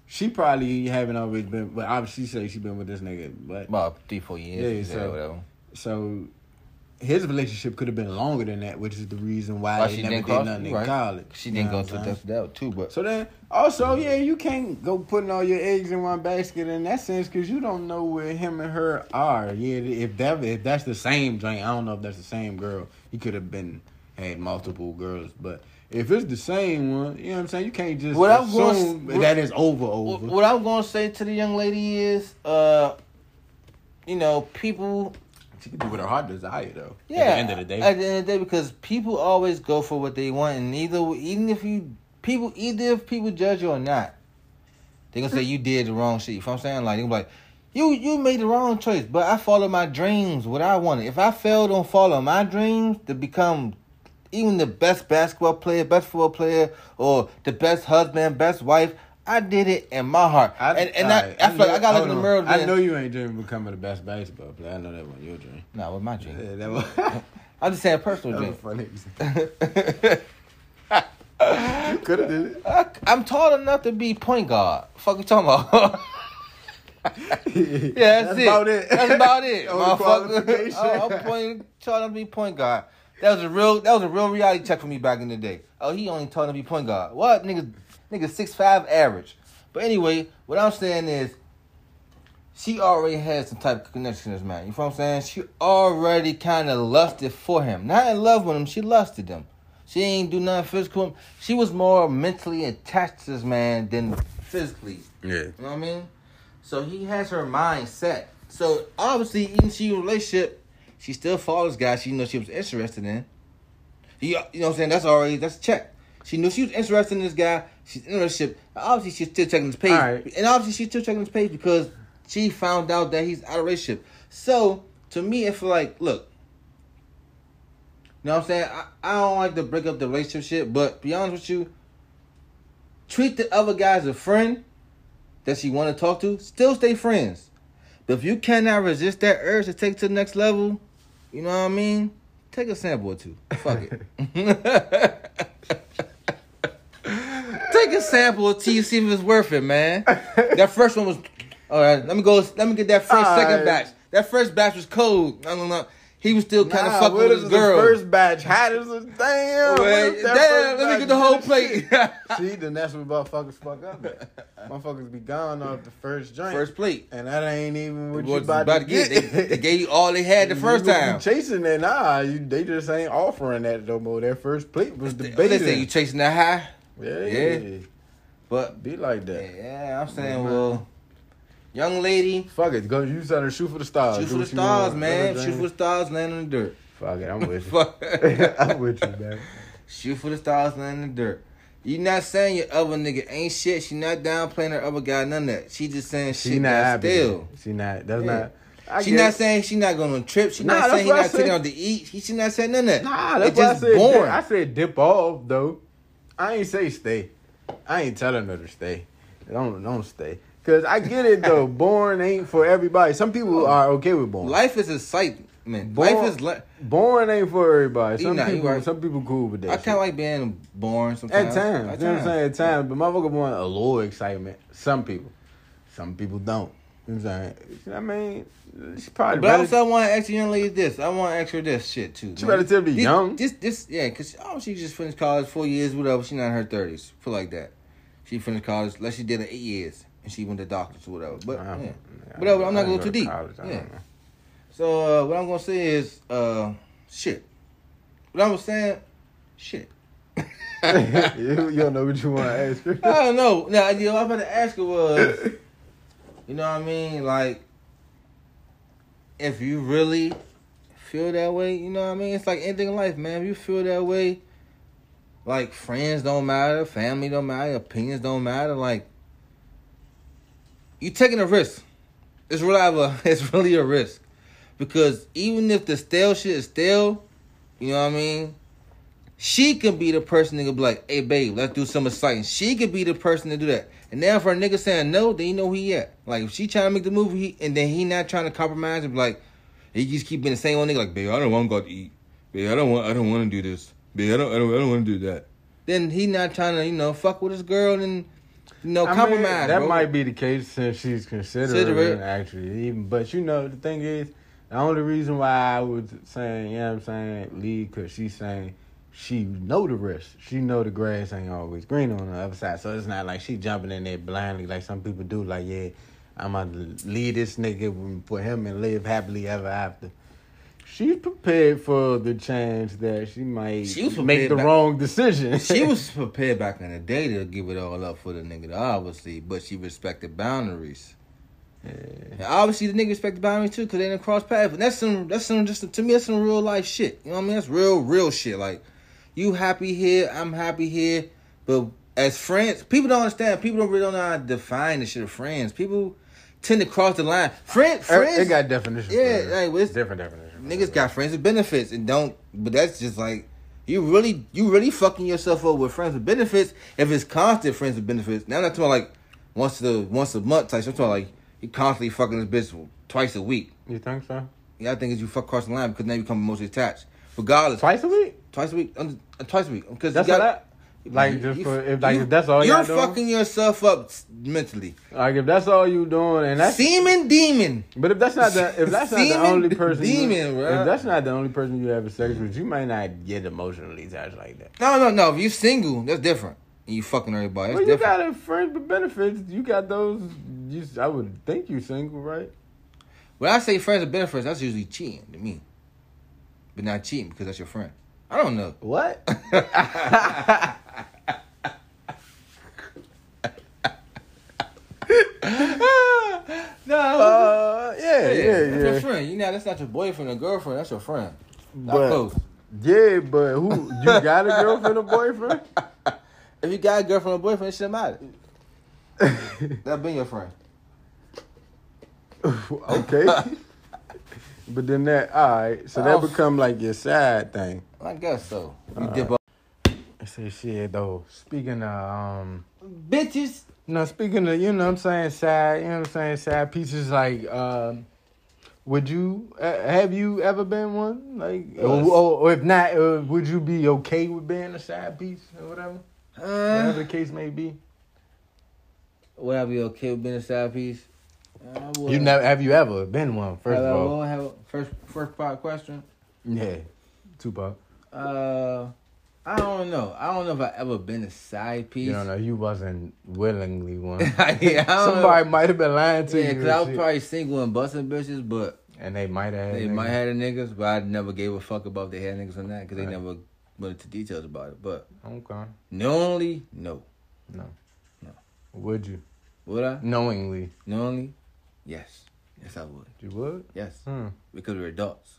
Speaker 1: She probably haven't always been, but obviously she say she been with this nigga. But
Speaker 2: about three four years,
Speaker 1: Yeah,
Speaker 2: she said,
Speaker 1: so-
Speaker 2: or whatever.
Speaker 1: so his relationship could have been longer than that, which is the reason why
Speaker 2: Why
Speaker 1: they
Speaker 2: she
Speaker 1: never
Speaker 2: didn't
Speaker 1: did
Speaker 2: cross-
Speaker 1: nothing in
Speaker 2: right.
Speaker 1: college.
Speaker 2: She
Speaker 1: You
Speaker 2: didn't
Speaker 1: know
Speaker 2: go
Speaker 1: what
Speaker 2: to
Speaker 1: I'm saying?
Speaker 2: death that too, but
Speaker 1: So then, also, yeah, you can't go putting all your eggs in one basket in that sense because you don't know where him and her are. Yeah, if that if that's the same joint, I don't know if that's the same girl. He could have been had multiple girls, but if it's the same one, you know what I'm saying. You can't just
Speaker 2: What I'm gonna-
Speaker 1: assume
Speaker 2: what-
Speaker 1: that it's over
Speaker 2: what,
Speaker 1: over.
Speaker 2: what I'm gonna say to the young lady is, uh, you know, people
Speaker 1: she could do with her heart desire though.
Speaker 2: Yeah.
Speaker 1: At the end of the day,
Speaker 2: At the end of the day, because people always go for what they want, and either even if you people either if people judge you or not, they gonna say you did the wrong shit. You know what I'm saying? Like they gonna be like, you you made the wrong choice, but I followed my dreams, what I wanted. If I failed on following my dreams to become even the best basketball player, best football player, or the best husband, best wife. I did it in my heart, and and I, I, feel like I got to look in the mirror.
Speaker 1: I
Speaker 2: and-
Speaker 1: know you ain't dreaming of becoming the best basketball player. I know that wasn't your dream.
Speaker 2: Nah, with my dream.
Speaker 1: Yeah, that was, that
Speaker 2: I'm just saying personal
Speaker 1: was a
Speaker 2: dream.
Speaker 1: funny. example.
Speaker 2: I,
Speaker 1: You could have did it.
Speaker 2: am tall enough to be point guard. Fuck you talking about? yeah, that's, it.
Speaker 1: about it.
Speaker 2: That's about it,
Speaker 1: Only
Speaker 2: motherfucker.
Speaker 1: qualification.
Speaker 2: Oh, I'm point, tall enough to be point guard. That was a real. That was a real reality check for me back in the day. Oh, he only tall enough to be point guard. What nigga? Nigga six five average. But anyway, what I'm saying is, she already had some type of connection with this man. You know what I'm saying? She already kind of lusted for him. Not in love with him, she lusted him. She ain't do nothing physical. She was more mentally attached to this man than physically.
Speaker 3: Yeah.
Speaker 2: You know what I mean? So he has her mind set. So obviously, even she in a relationship, she still follows guys she knows she was interested in. He, you know what I'm saying? That's already that's a check. She knew she was interested in this guy. She's in a relationship. Obviously, she's still checking his page,
Speaker 1: Alright.
Speaker 2: and obviously, she's still checking his page because she found out that he's out of relationship. So to me, it feel like, look, you know what I'm saying? I, I don't like to break up the relationship, shit, but be honest with you, treat the other guy as a friend that she want to talk to. Still stay friends, but if you cannot resist that urge to take it to the next level, you know what I mean? Take a sample or two. Fuck it. Take a sample till you see if it's worth it, man. That first one was all right. Let me go. Let me get that first
Speaker 1: All
Speaker 2: second
Speaker 1: right.
Speaker 2: batch. That first batch was cold. I don't know. He was still kind of fucking
Speaker 1: where
Speaker 2: with his
Speaker 1: this
Speaker 2: girl.
Speaker 1: The first batch hot as a damn. where
Speaker 2: Well,
Speaker 1: this that first
Speaker 2: damn, let me
Speaker 1: batch
Speaker 2: get the
Speaker 1: good
Speaker 2: whole
Speaker 1: as
Speaker 2: plate.
Speaker 1: shit? See, then that's what motherfuckers fuck up. at. motherfuckers be gone off the first joint,
Speaker 2: First plate.
Speaker 1: and that ain't even what
Speaker 2: What
Speaker 1: you
Speaker 2: you
Speaker 1: about, to get.
Speaker 2: They, they gave you all they had the
Speaker 1: You
Speaker 2: first
Speaker 1: was
Speaker 2: time.
Speaker 1: chasing that, nah, you, they just ain't offering that no more. That first plate was the
Speaker 2: oh, They say you
Speaker 1: bait.
Speaker 2: chasing that high,
Speaker 1: Yeah,
Speaker 2: Yeah. but
Speaker 1: be like that.
Speaker 2: yeah, I'm saying, well, young lady,
Speaker 1: Fuck it, go. You said shoot for the stars. Oh,
Speaker 2: shoot
Speaker 1: Do
Speaker 2: for the
Speaker 1: what you
Speaker 2: stars,
Speaker 1: want.
Speaker 2: man.
Speaker 1: Let her
Speaker 2: Shoot for the
Speaker 1: drink.
Speaker 2: stars, land in the dirt.
Speaker 1: Fuck it, I'm with you.
Speaker 2: Fuck.
Speaker 1: I'm with you, man.
Speaker 2: Shoot for the stars, land in the dirt. You not saying your other nigga ain't shit. She not downplaying her other guy, none of that. She just saying
Speaker 1: She
Speaker 2: shit
Speaker 1: not
Speaker 2: that's
Speaker 1: happy.
Speaker 2: still.
Speaker 1: She not. That's
Speaker 2: Yeah.
Speaker 1: not. I
Speaker 2: She
Speaker 1: get
Speaker 2: not
Speaker 1: it.
Speaker 2: saying she not going on trips. She
Speaker 1: Nah,
Speaker 2: not
Speaker 1: that's
Speaker 2: saying he
Speaker 1: what I
Speaker 2: not taking
Speaker 1: said.
Speaker 2: out to eat. He, she not saying none of that.
Speaker 1: Nah, that's
Speaker 2: it's
Speaker 1: why
Speaker 2: just
Speaker 1: I said
Speaker 2: boring.
Speaker 1: Dip. I said dip off though. I ain't say stay. I ain't telling her to stay. Don't don't stay. Cause I get it though. born ain't for everybody. Some people
Speaker 2: Oh.
Speaker 1: are okay with born.
Speaker 2: Life is excitement.
Speaker 1: born
Speaker 2: Life is. Li-
Speaker 1: born ain't for everybody.
Speaker 2: You
Speaker 1: Some
Speaker 2: know, you
Speaker 1: people
Speaker 2: right.
Speaker 1: some people cool with that.
Speaker 2: I kind
Speaker 1: shit.
Speaker 2: of like being born sometimes.
Speaker 1: at times.
Speaker 2: At
Speaker 1: You know what I'm
Speaker 2: times.
Speaker 1: saying? At times. But motherfucker want a little excitement. Some people. Some people don't. You know what I'm saying? I mean, she's probably
Speaker 2: But I
Speaker 1: better-
Speaker 2: also want to ask the young lady this. I want to ask her this shit too.
Speaker 1: She relatively
Speaker 2: this,
Speaker 1: young.
Speaker 2: This, this, yeah, because oh, she just finished college, four years, whatever. She not in her thirties. Feel like that. She finished college, unless she did it eight years, and she went to doctors or whatever. But
Speaker 1: I don't-
Speaker 2: yeah.
Speaker 1: I don't-
Speaker 2: whatever. I'm
Speaker 1: I didn't
Speaker 2: not going
Speaker 1: go
Speaker 2: too
Speaker 1: to
Speaker 2: deep.
Speaker 1: college. I don't
Speaker 2: Yeah.
Speaker 1: know.
Speaker 2: So uh, what I'm gonna say is, uh, shit. What I was saying, shit.
Speaker 1: you, you don't know what you want to ask. her.
Speaker 2: I don't know. Now, you know, I'm about to ask it was, you know what I mean? Like, if you really feel that way, you know what I mean? It's like anything in life, man. If you feel that way, like, friends don't matter, family don't matter, opinions don't matter. Like, you taking a risk. It's really, a, it's really a risk. Because even if the stale shit is stale, you know what I mean? She can be the person that can be like, hey, babe, let's do some exciting. She could be the person to do that. And now if her nigga saying no, then you know who he at. Like, if she trying to make the move, he, and then he not trying to compromise and be like, he just keep being the same old nigga, like, babe, I don't want to go out to eat. Babe, I don't want, I don't want to do this. Babe, I don't, I don't, I don't want to do that. Then he not trying to, you know, fuck with his girl and, you know,
Speaker 1: I mean,
Speaker 2: compromise.
Speaker 1: that
Speaker 2: bro.
Speaker 1: might be the case since she's considerate,
Speaker 2: Considerate.
Speaker 1: actually. Even, but you know, the thing is, the only reason why I was saying, you know what I'm saying, leave, because she's saying she know the risk. She know the grass ain't always green on the other side. So it's not like she jumping in there blindly like some people do. Like, yeah, I'm going to leave this nigga and put him and live happily ever after. She's prepared for the chance that she might
Speaker 2: She was
Speaker 1: make
Speaker 2: prepared
Speaker 1: the
Speaker 2: back-
Speaker 1: wrong decision.
Speaker 2: she was prepared back in the day to give it all up for the nigga, obviously, but she respected boundaries. And obviously, the nigga respected boundaries too, cause they didn't cross paths. But that's some, that's some, just to me, that's some real life shit. You know what I mean? That's real, real shit. Like, you happy here, I'm happy here, but as friends, people don't understand. People don't really know how to define the shit of friends. People tend to cross the line. Friend, friends,
Speaker 1: it got definition.
Speaker 2: Yeah,
Speaker 1: for it.
Speaker 2: like, it's-
Speaker 1: different definition. for
Speaker 2: Niggas
Speaker 1: it.
Speaker 2: got friends with benefits and don't, but that's just like you really, you really fucking yourself up with friends with benefits. If it's constant friends with benefits, now I'm not talking about like once a once a month type. shit. I'm talking like you constantly fucking this bitch twice a week.
Speaker 1: You think so?
Speaker 2: Yeah, I think is you fuck cross the line because now you become emotionally attached. Regardless, twice,
Speaker 1: Twice a week?
Speaker 2: a week, um, uh, twice a week, because
Speaker 1: That's
Speaker 2: you
Speaker 1: all
Speaker 2: got.
Speaker 1: that. Like
Speaker 2: you-
Speaker 1: just
Speaker 2: you-
Speaker 1: for if like
Speaker 2: you-
Speaker 1: if that's all
Speaker 2: you're
Speaker 1: y'all doing.
Speaker 2: fucking yourself up s- mentally.
Speaker 1: Like if that's all you doing, and that's
Speaker 2: Semen demon.
Speaker 1: but if that's not the if that's not the
Speaker 2: Semen
Speaker 1: only person,
Speaker 2: demon,
Speaker 1: you,
Speaker 2: bruh.
Speaker 1: if that's not the only person you having sex with, you might not get emotionally attached like that.
Speaker 2: No, no, no. If you're single, that's different. And you fucking everybody. That's
Speaker 1: Well, you
Speaker 2: different.
Speaker 1: got a friends with benefits. You got those. You, I would think you single, right?
Speaker 2: When I say friends with benefits, that's usually cheating to me. But not cheating because that's your friend. I don't know.
Speaker 1: What?
Speaker 2: No.
Speaker 1: Uh, yeah, yeah,
Speaker 2: that's your
Speaker 1: yeah,
Speaker 2: friend. You know, that's not your boyfriend or girlfriend. That's your friend. Not
Speaker 1: but
Speaker 2: close.
Speaker 1: yeah, but who you got a girlfriend or boyfriend?
Speaker 2: If you got a girlfriend or boyfriend, it shouldn't matter. that been your friend.
Speaker 1: okay. but then that, all right. So
Speaker 2: Oh.
Speaker 1: that become like your side thing.
Speaker 2: I guess so. You dip up.
Speaker 1: I say shit though. Speaking of, um,
Speaker 2: Bitches.
Speaker 1: no, speaking of, you know, what I'm saying side, you know, what I'm saying side pieces. Like, um, would you uh, have you ever been one? Like, or,
Speaker 2: Yes.
Speaker 1: or, or if not, uh, would you be okay with being a side piece or whatever,
Speaker 2: Uh,
Speaker 1: whatever the case may be?
Speaker 2: would I be okay with being a side piece? Uh, I would.
Speaker 1: You never have you ever been one? First
Speaker 2: Have
Speaker 1: of
Speaker 2: I
Speaker 1: all,
Speaker 2: will have a- first first part question.
Speaker 1: yeah, Tupac.
Speaker 2: Uh, I don't know. I don't know if I ever been a side piece.
Speaker 1: You don't know you wasn't willingly one.
Speaker 2: Yeah, I don't
Speaker 1: Somebody might have been lying to
Speaker 2: Yeah,
Speaker 1: you,
Speaker 2: cause
Speaker 1: and
Speaker 2: I was
Speaker 1: shit.
Speaker 2: probably single and busting bitches, but
Speaker 1: and they might have.
Speaker 2: they
Speaker 1: niggas.
Speaker 2: might have the niggas, but I never gave a fuck about if they had niggas or not, cause they never went into details about it. But
Speaker 1: Okay,
Speaker 2: knowingly, no.
Speaker 1: no,
Speaker 2: No.
Speaker 1: Would you
Speaker 2: Would I?
Speaker 1: knowingly?
Speaker 2: Knowingly, yes, yes I would.
Speaker 1: You would.
Speaker 2: Yes,
Speaker 1: Hmm.
Speaker 2: because we're adults.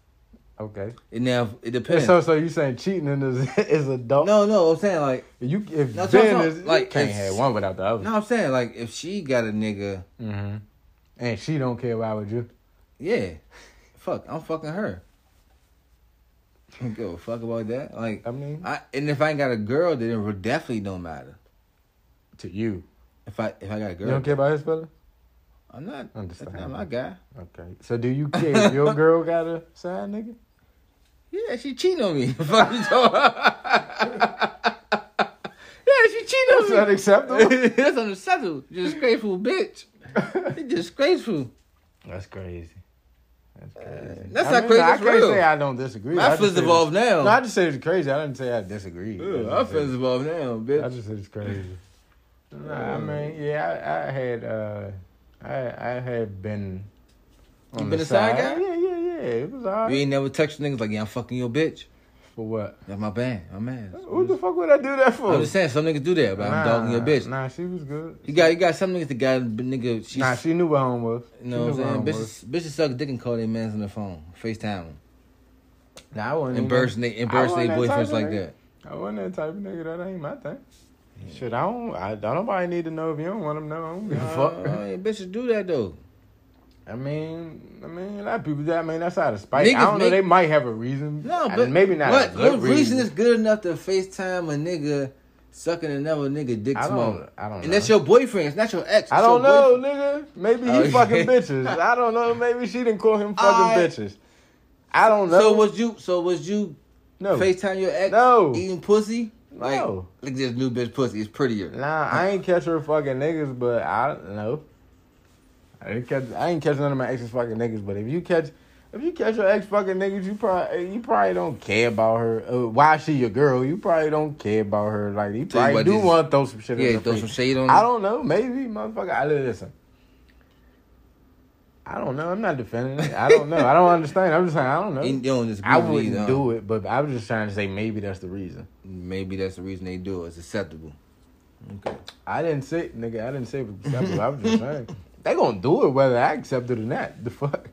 Speaker 1: Okay.
Speaker 2: And now it depends.
Speaker 1: So, so you saying cheating in is is adult?
Speaker 2: no, no, I'm saying like,
Speaker 1: You if
Speaker 2: No, so-
Speaker 1: then
Speaker 2: so,
Speaker 1: is like
Speaker 2: like,
Speaker 1: you can't
Speaker 2: it's-
Speaker 1: have one without the other.
Speaker 2: no, I'm saying like, if she got a nigga,
Speaker 1: Mm-hmm. And she don't care. Why would you?
Speaker 2: yeah, fuck, I'm fucking her. I don't give a fuck about that. Like,
Speaker 1: I mean,
Speaker 2: I and if I ain't got a girl, then it would definitely don't matter.
Speaker 1: to you,
Speaker 2: If I if I got a girl,
Speaker 1: you don't care about his fella.
Speaker 2: I'm not. That's
Speaker 1: Understand.
Speaker 2: not my guy.
Speaker 1: Okay. So do you care? if Your girl got a side nigga.
Speaker 2: Yeah, she cheating on me. Fuck you talking about. Yeah, she
Speaker 1: That's
Speaker 2: cheating on me.
Speaker 1: unacceptable.
Speaker 2: That's unacceptable. You disgraceful bitch. You disgraceful.
Speaker 1: That's crazy. That's crazy.
Speaker 2: Uh, that's
Speaker 1: I
Speaker 2: not crazy,
Speaker 1: I
Speaker 2: that's
Speaker 1: can't
Speaker 2: real.
Speaker 1: say I don't disagree. I
Speaker 2: My
Speaker 1: just
Speaker 2: feelings
Speaker 1: said
Speaker 2: evolved
Speaker 1: it's- No, I
Speaker 2: now.
Speaker 1: just said it's crazy. I didn't say I disagreed.
Speaker 2: Ugh,
Speaker 1: I
Speaker 2: My
Speaker 1: just said-
Speaker 2: feelings evolved now,
Speaker 1: I
Speaker 2: bitch.
Speaker 1: just said it's crazy. Nah, I mean, yeah, I, I had, uh, I, I had been.
Speaker 2: You been a side guy?
Speaker 1: Yeah, yeah, yeah. It was
Speaker 2: You
Speaker 1: alright.
Speaker 2: ain't never text niggas like, yeah, I'm fucking your bitch.
Speaker 1: For what?
Speaker 2: That's my band. My man.
Speaker 1: Who the fuck would I do that for?
Speaker 2: I'm just saying some niggas do that, but I'm dogging your bitch.
Speaker 1: Nah, she was good.
Speaker 2: You got you got some niggas that got nigga. She's,
Speaker 1: nah, she knew what home was.
Speaker 2: you know
Speaker 1: She
Speaker 2: what
Speaker 1: knew
Speaker 2: I'm saying?
Speaker 1: home was.
Speaker 2: Bitches, bitches suck dick and call their mans on the phone, Facetime them,
Speaker 1: Nah, I wasn't.
Speaker 2: and
Speaker 1: even-
Speaker 2: burst they and
Speaker 1: I
Speaker 2: burst
Speaker 1: wasn't
Speaker 2: their
Speaker 1: that type
Speaker 2: boyfriends
Speaker 1: of
Speaker 2: like
Speaker 1: nigga.
Speaker 2: that.
Speaker 1: I wasn't that type of nigga. That ain't my thing. Shit, I don't. I don't. Nobody need to know if you don't want them to know. I don't give a
Speaker 2: Uh,
Speaker 1: fuck.
Speaker 2: yeah, bitches do that though.
Speaker 1: I mean, I mean, a lot of people. do That I mean, that's out of spite.
Speaker 2: Niggas
Speaker 1: I don't know.
Speaker 2: make-
Speaker 1: They might have a reason.
Speaker 2: No,
Speaker 1: I-
Speaker 2: but
Speaker 1: maybe not.
Speaker 2: What,
Speaker 1: a
Speaker 2: what
Speaker 1: good
Speaker 2: reason is good enough to Facetime a nigga sucking another nigga dick
Speaker 1: I
Speaker 2: tomorrow?
Speaker 1: don't. I don't.
Speaker 2: And
Speaker 1: know.
Speaker 2: that's your boyfriend. It's not your ex.
Speaker 1: I
Speaker 2: It's
Speaker 1: don't
Speaker 2: your
Speaker 1: know,
Speaker 2: boyfriend.
Speaker 1: nigga. Maybe he
Speaker 2: Okay.
Speaker 1: fucking bitches. I don't know. Maybe she didn't call him fucking
Speaker 2: I-
Speaker 1: bitches. I don't know.
Speaker 2: So was you? So was you?
Speaker 1: no.
Speaker 2: Facetime your ex?
Speaker 1: No.
Speaker 2: Eating pussy? Like,
Speaker 1: No.
Speaker 2: Look at this new bitch pussy. It's prettier.
Speaker 1: Nah, I ain't catch her fucking niggas, but I no. I ain't catch. I ain't catch none of my ex's fucking niggas. But if you catch, if you catch your ex fucking niggas, you probably you probably don't care about her. Uh, why she your girl? You probably don't care about her. Like you
Speaker 2: Tell
Speaker 1: probably
Speaker 2: you what,
Speaker 1: do
Speaker 2: this-
Speaker 1: want to throw some shit. in
Speaker 2: Yeah,
Speaker 1: her
Speaker 2: throw
Speaker 1: face.
Speaker 2: some shade on.
Speaker 1: I
Speaker 2: it.
Speaker 1: don't know. Maybe, motherfucker. I listen. I don't know. I'm not defending it. I don't know. I don't understand. I'm just saying I don't know.
Speaker 2: And you don't disagree
Speaker 1: I
Speaker 2: with me
Speaker 1: wouldn't
Speaker 2: either, huh?
Speaker 1: do it, but I was just trying to say maybe that's the reason.
Speaker 2: uh, Maybe that's the reason they do it. It's acceptable. Okay.
Speaker 1: I didn't say, nigga. I didn't say it was acceptable. I was just saying they gonna do it whether I accept it or not. The fuck.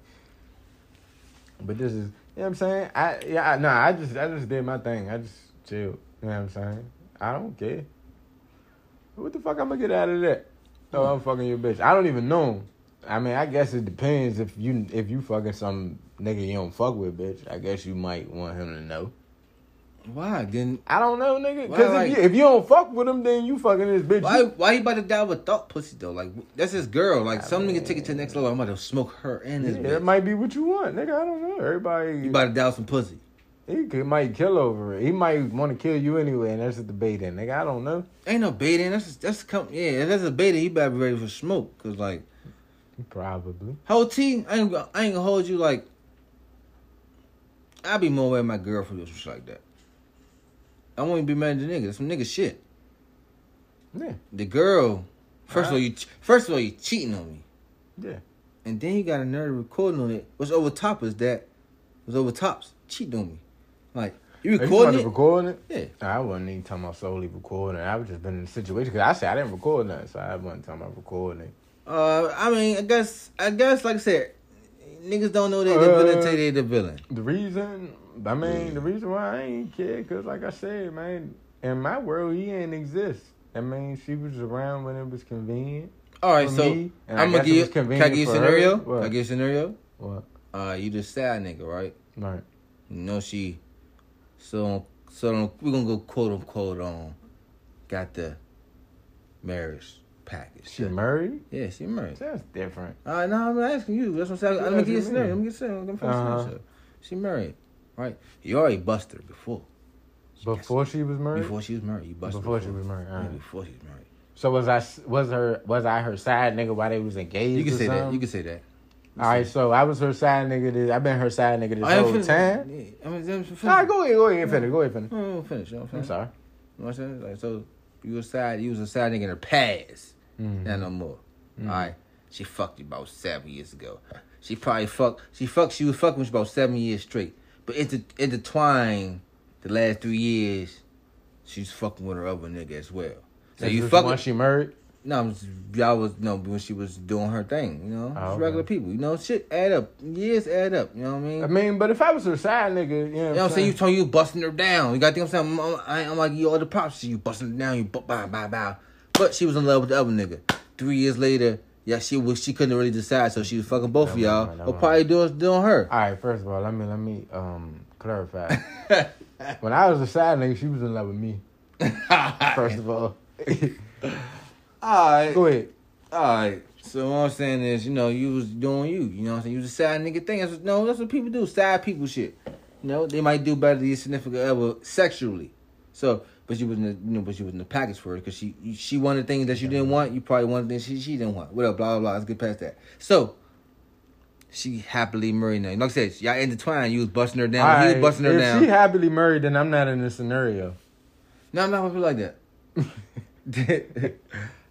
Speaker 1: But this is, you know what I'm saying. I yeah, I, nah. I just, I just did my thing. I just chilled. You know what I'm saying. I don't care. What the fuck I'm gonna get out of that? Oh, I'm fucking your bitch. I don't even know him. I mean, I guess it depends if you if you fucking some nigga you don't fuck with, bitch. I guess you might want him to know.
Speaker 2: Why then?
Speaker 1: I don't know, nigga.
Speaker 2: Why,
Speaker 1: Because
Speaker 2: like-
Speaker 1: if, you, if you don't fuck with him, then you fucking this bitch.
Speaker 2: Why?
Speaker 1: You-
Speaker 2: Why he about to die with thought pussy though? Like that's his girl. Like some
Speaker 1: mean-
Speaker 2: nigga take it to the next level. I'm about to smoke her and his
Speaker 1: Yeah, that
Speaker 2: bitch.
Speaker 1: might be what you want, nigga. I don't know. Everybody,
Speaker 2: You about to die with some pussy.
Speaker 1: he could, might kill over it. He might want to kill you anyway, and that's the debate, then, nigga. I don't know.
Speaker 2: Ain't no baiting. That's that's come. Yeah, if that's a beta. He better be ready for smoke. Cause like
Speaker 1: Probably.
Speaker 2: whole team, I ain't gonna- I ain't gonna hold you like. I'd be more aware of my girl for this shit like that. I won't even be mad at the nigga. That's some nigga shit.
Speaker 1: Yeah,
Speaker 2: The girl, first of all, you che- first of all you cheating on me.
Speaker 1: yeah.
Speaker 2: and then he got a nerve recording on it. What's over top is that was over tops cheating on me. Like you
Speaker 1: Are you talking
Speaker 2: recording
Speaker 1: about
Speaker 2: it?
Speaker 1: recording it?
Speaker 2: yeah,
Speaker 1: Nah, I wasn't even talking about solely recording. I was just been in a situation because I said I didn't record nothing, so I wasn't talking about recording.
Speaker 2: uh, I mean, I guess, I guess, like I said, niggas don't know they the
Speaker 1: Uh,
Speaker 2: villain till they the villain.
Speaker 1: The reason, I mean, the reason why I ain't care, because like I said, man, in my world, he ain't exist. I mean, she was around when it was convenient.
Speaker 2: All right,
Speaker 1: for
Speaker 2: so
Speaker 1: me, and I
Speaker 2: I'm
Speaker 1: guess
Speaker 2: gonna
Speaker 1: it
Speaker 2: give you.
Speaker 1: was
Speaker 2: Can I
Speaker 1: convenient
Speaker 2: give you a
Speaker 1: for her.
Speaker 2: scenario?
Speaker 1: What?
Speaker 2: Can I give you a scenario?
Speaker 1: What?
Speaker 2: Uh, you just sad nigga, right?
Speaker 1: Right.
Speaker 2: You know she, so so we gonna go quote unquote on, got the marriage package.
Speaker 1: She married?
Speaker 2: yeah, she married.
Speaker 1: That's different.
Speaker 2: Uh, no, I'm not asking you. That's what I'm saying.
Speaker 1: Yeah,
Speaker 2: I'm gonna
Speaker 1: that's
Speaker 2: get you a
Speaker 1: what I
Speaker 2: scenario. I'm
Speaker 1: mean.
Speaker 2: gonna get you a
Speaker 1: Uh-huh.
Speaker 2: scenario. She married, right? You already busted her before.
Speaker 1: Before she was married.
Speaker 2: Before she was married, you busted
Speaker 1: Before
Speaker 2: her
Speaker 1: she was married,
Speaker 2: Yeah,
Speaker 1: alright.
Speaker 2: Before she was married.
Speaker 1: So was I was her was I her side nigga while they was engaged?
Speaker 2: You can
Speaker 1: or
Speaker 2: say that.
Speaker 1: something?
Speaker 2: You can say Oh, that.
Speaker 1: All right, so I was her side nigga. This, I've been her side nigga this
Speaker 2: I
Speaker 1: whole
Speaker 2: ain't finished.
Speaker 1: time.
Speaker 2: Yeah, I mean, I'm finished.
Speaker 1: All right, go ahead, go ahead, finish, go ahead, finish.
Speaker 2: I'm finished. I'm
Speaker 1: I'm
Speaker 2: finished.
Speaker 1: sorry.
Speaker 2: You know what I'm saying? Like, so you was side, you was a side nigga in the past.
Speaker 1: Mm-hmm.
Speaker 2: Not no more. All right. She fucked you about seven years ago. She probably fucked. She fucked. She was fucking with you about seven years straight. But inter, intertwined the last three years, she's fucking with her other nigga as well. So
Speaker 1: Is
Speaker 2: you
Speaker 1: this
Speaker 2: fucking
Speaker 1: once she married?
Speaker 2: no, I'm just, y'all was no when she was doing her thing. You know,
Speaker 1: Oh,
Speaker 2: just
Speaker 1: okay.
Speaker 2: regular people. You know, shit add up. Years add up. You know what I mean?
Speaker 1: I mean, but if I was her side nigga, you know,
Speaker 2: You know what I'm saying? You told you busting her down. You got to think I'm saying? I'm, I'm, I'm like, you all the props. You busting her down. You bu- bow, bow, bow. But she was in love with the other nigga. Three years later, yeah, she was. She couldn't really decide, so she was fucking both of
Speaker 1: Never
Speaker 2: y'all.
Speaker 1: mind, never
Speaker 2: Or probably doing doing her.
Speaker 1: All right, first of all, let me let me um clarify. when I was her side nigga, she was in love with me. First of all,
Speaker 2: All right,
Speaker 1: go ahead.
Speaker 2: all right. So what I'm saying is, you know, you was doing you. You know what I'm saying? You was a side nigga thing. That's what, no, that's what people do. Side people shit. You know, they might do better than your significant other sexually. So, but you was in the, you know, but you was in the package for her because she she wanted things that you didn't want. You probably wanted things she she didn't want. What up? Blah blah blah. Let's get past that. So. She happily married now. Like I said, y'all intertwined. You was busting her down.
Speaker 1: All
Speaker 2: he
Speaker 1: right,
Speaker 2: was busting her
Speaker 1: if
Speaker 2: down.
Speaker 1: she happily married, then I'm not in this scenario.
Speaker 2: No, I'm not gonna be like that.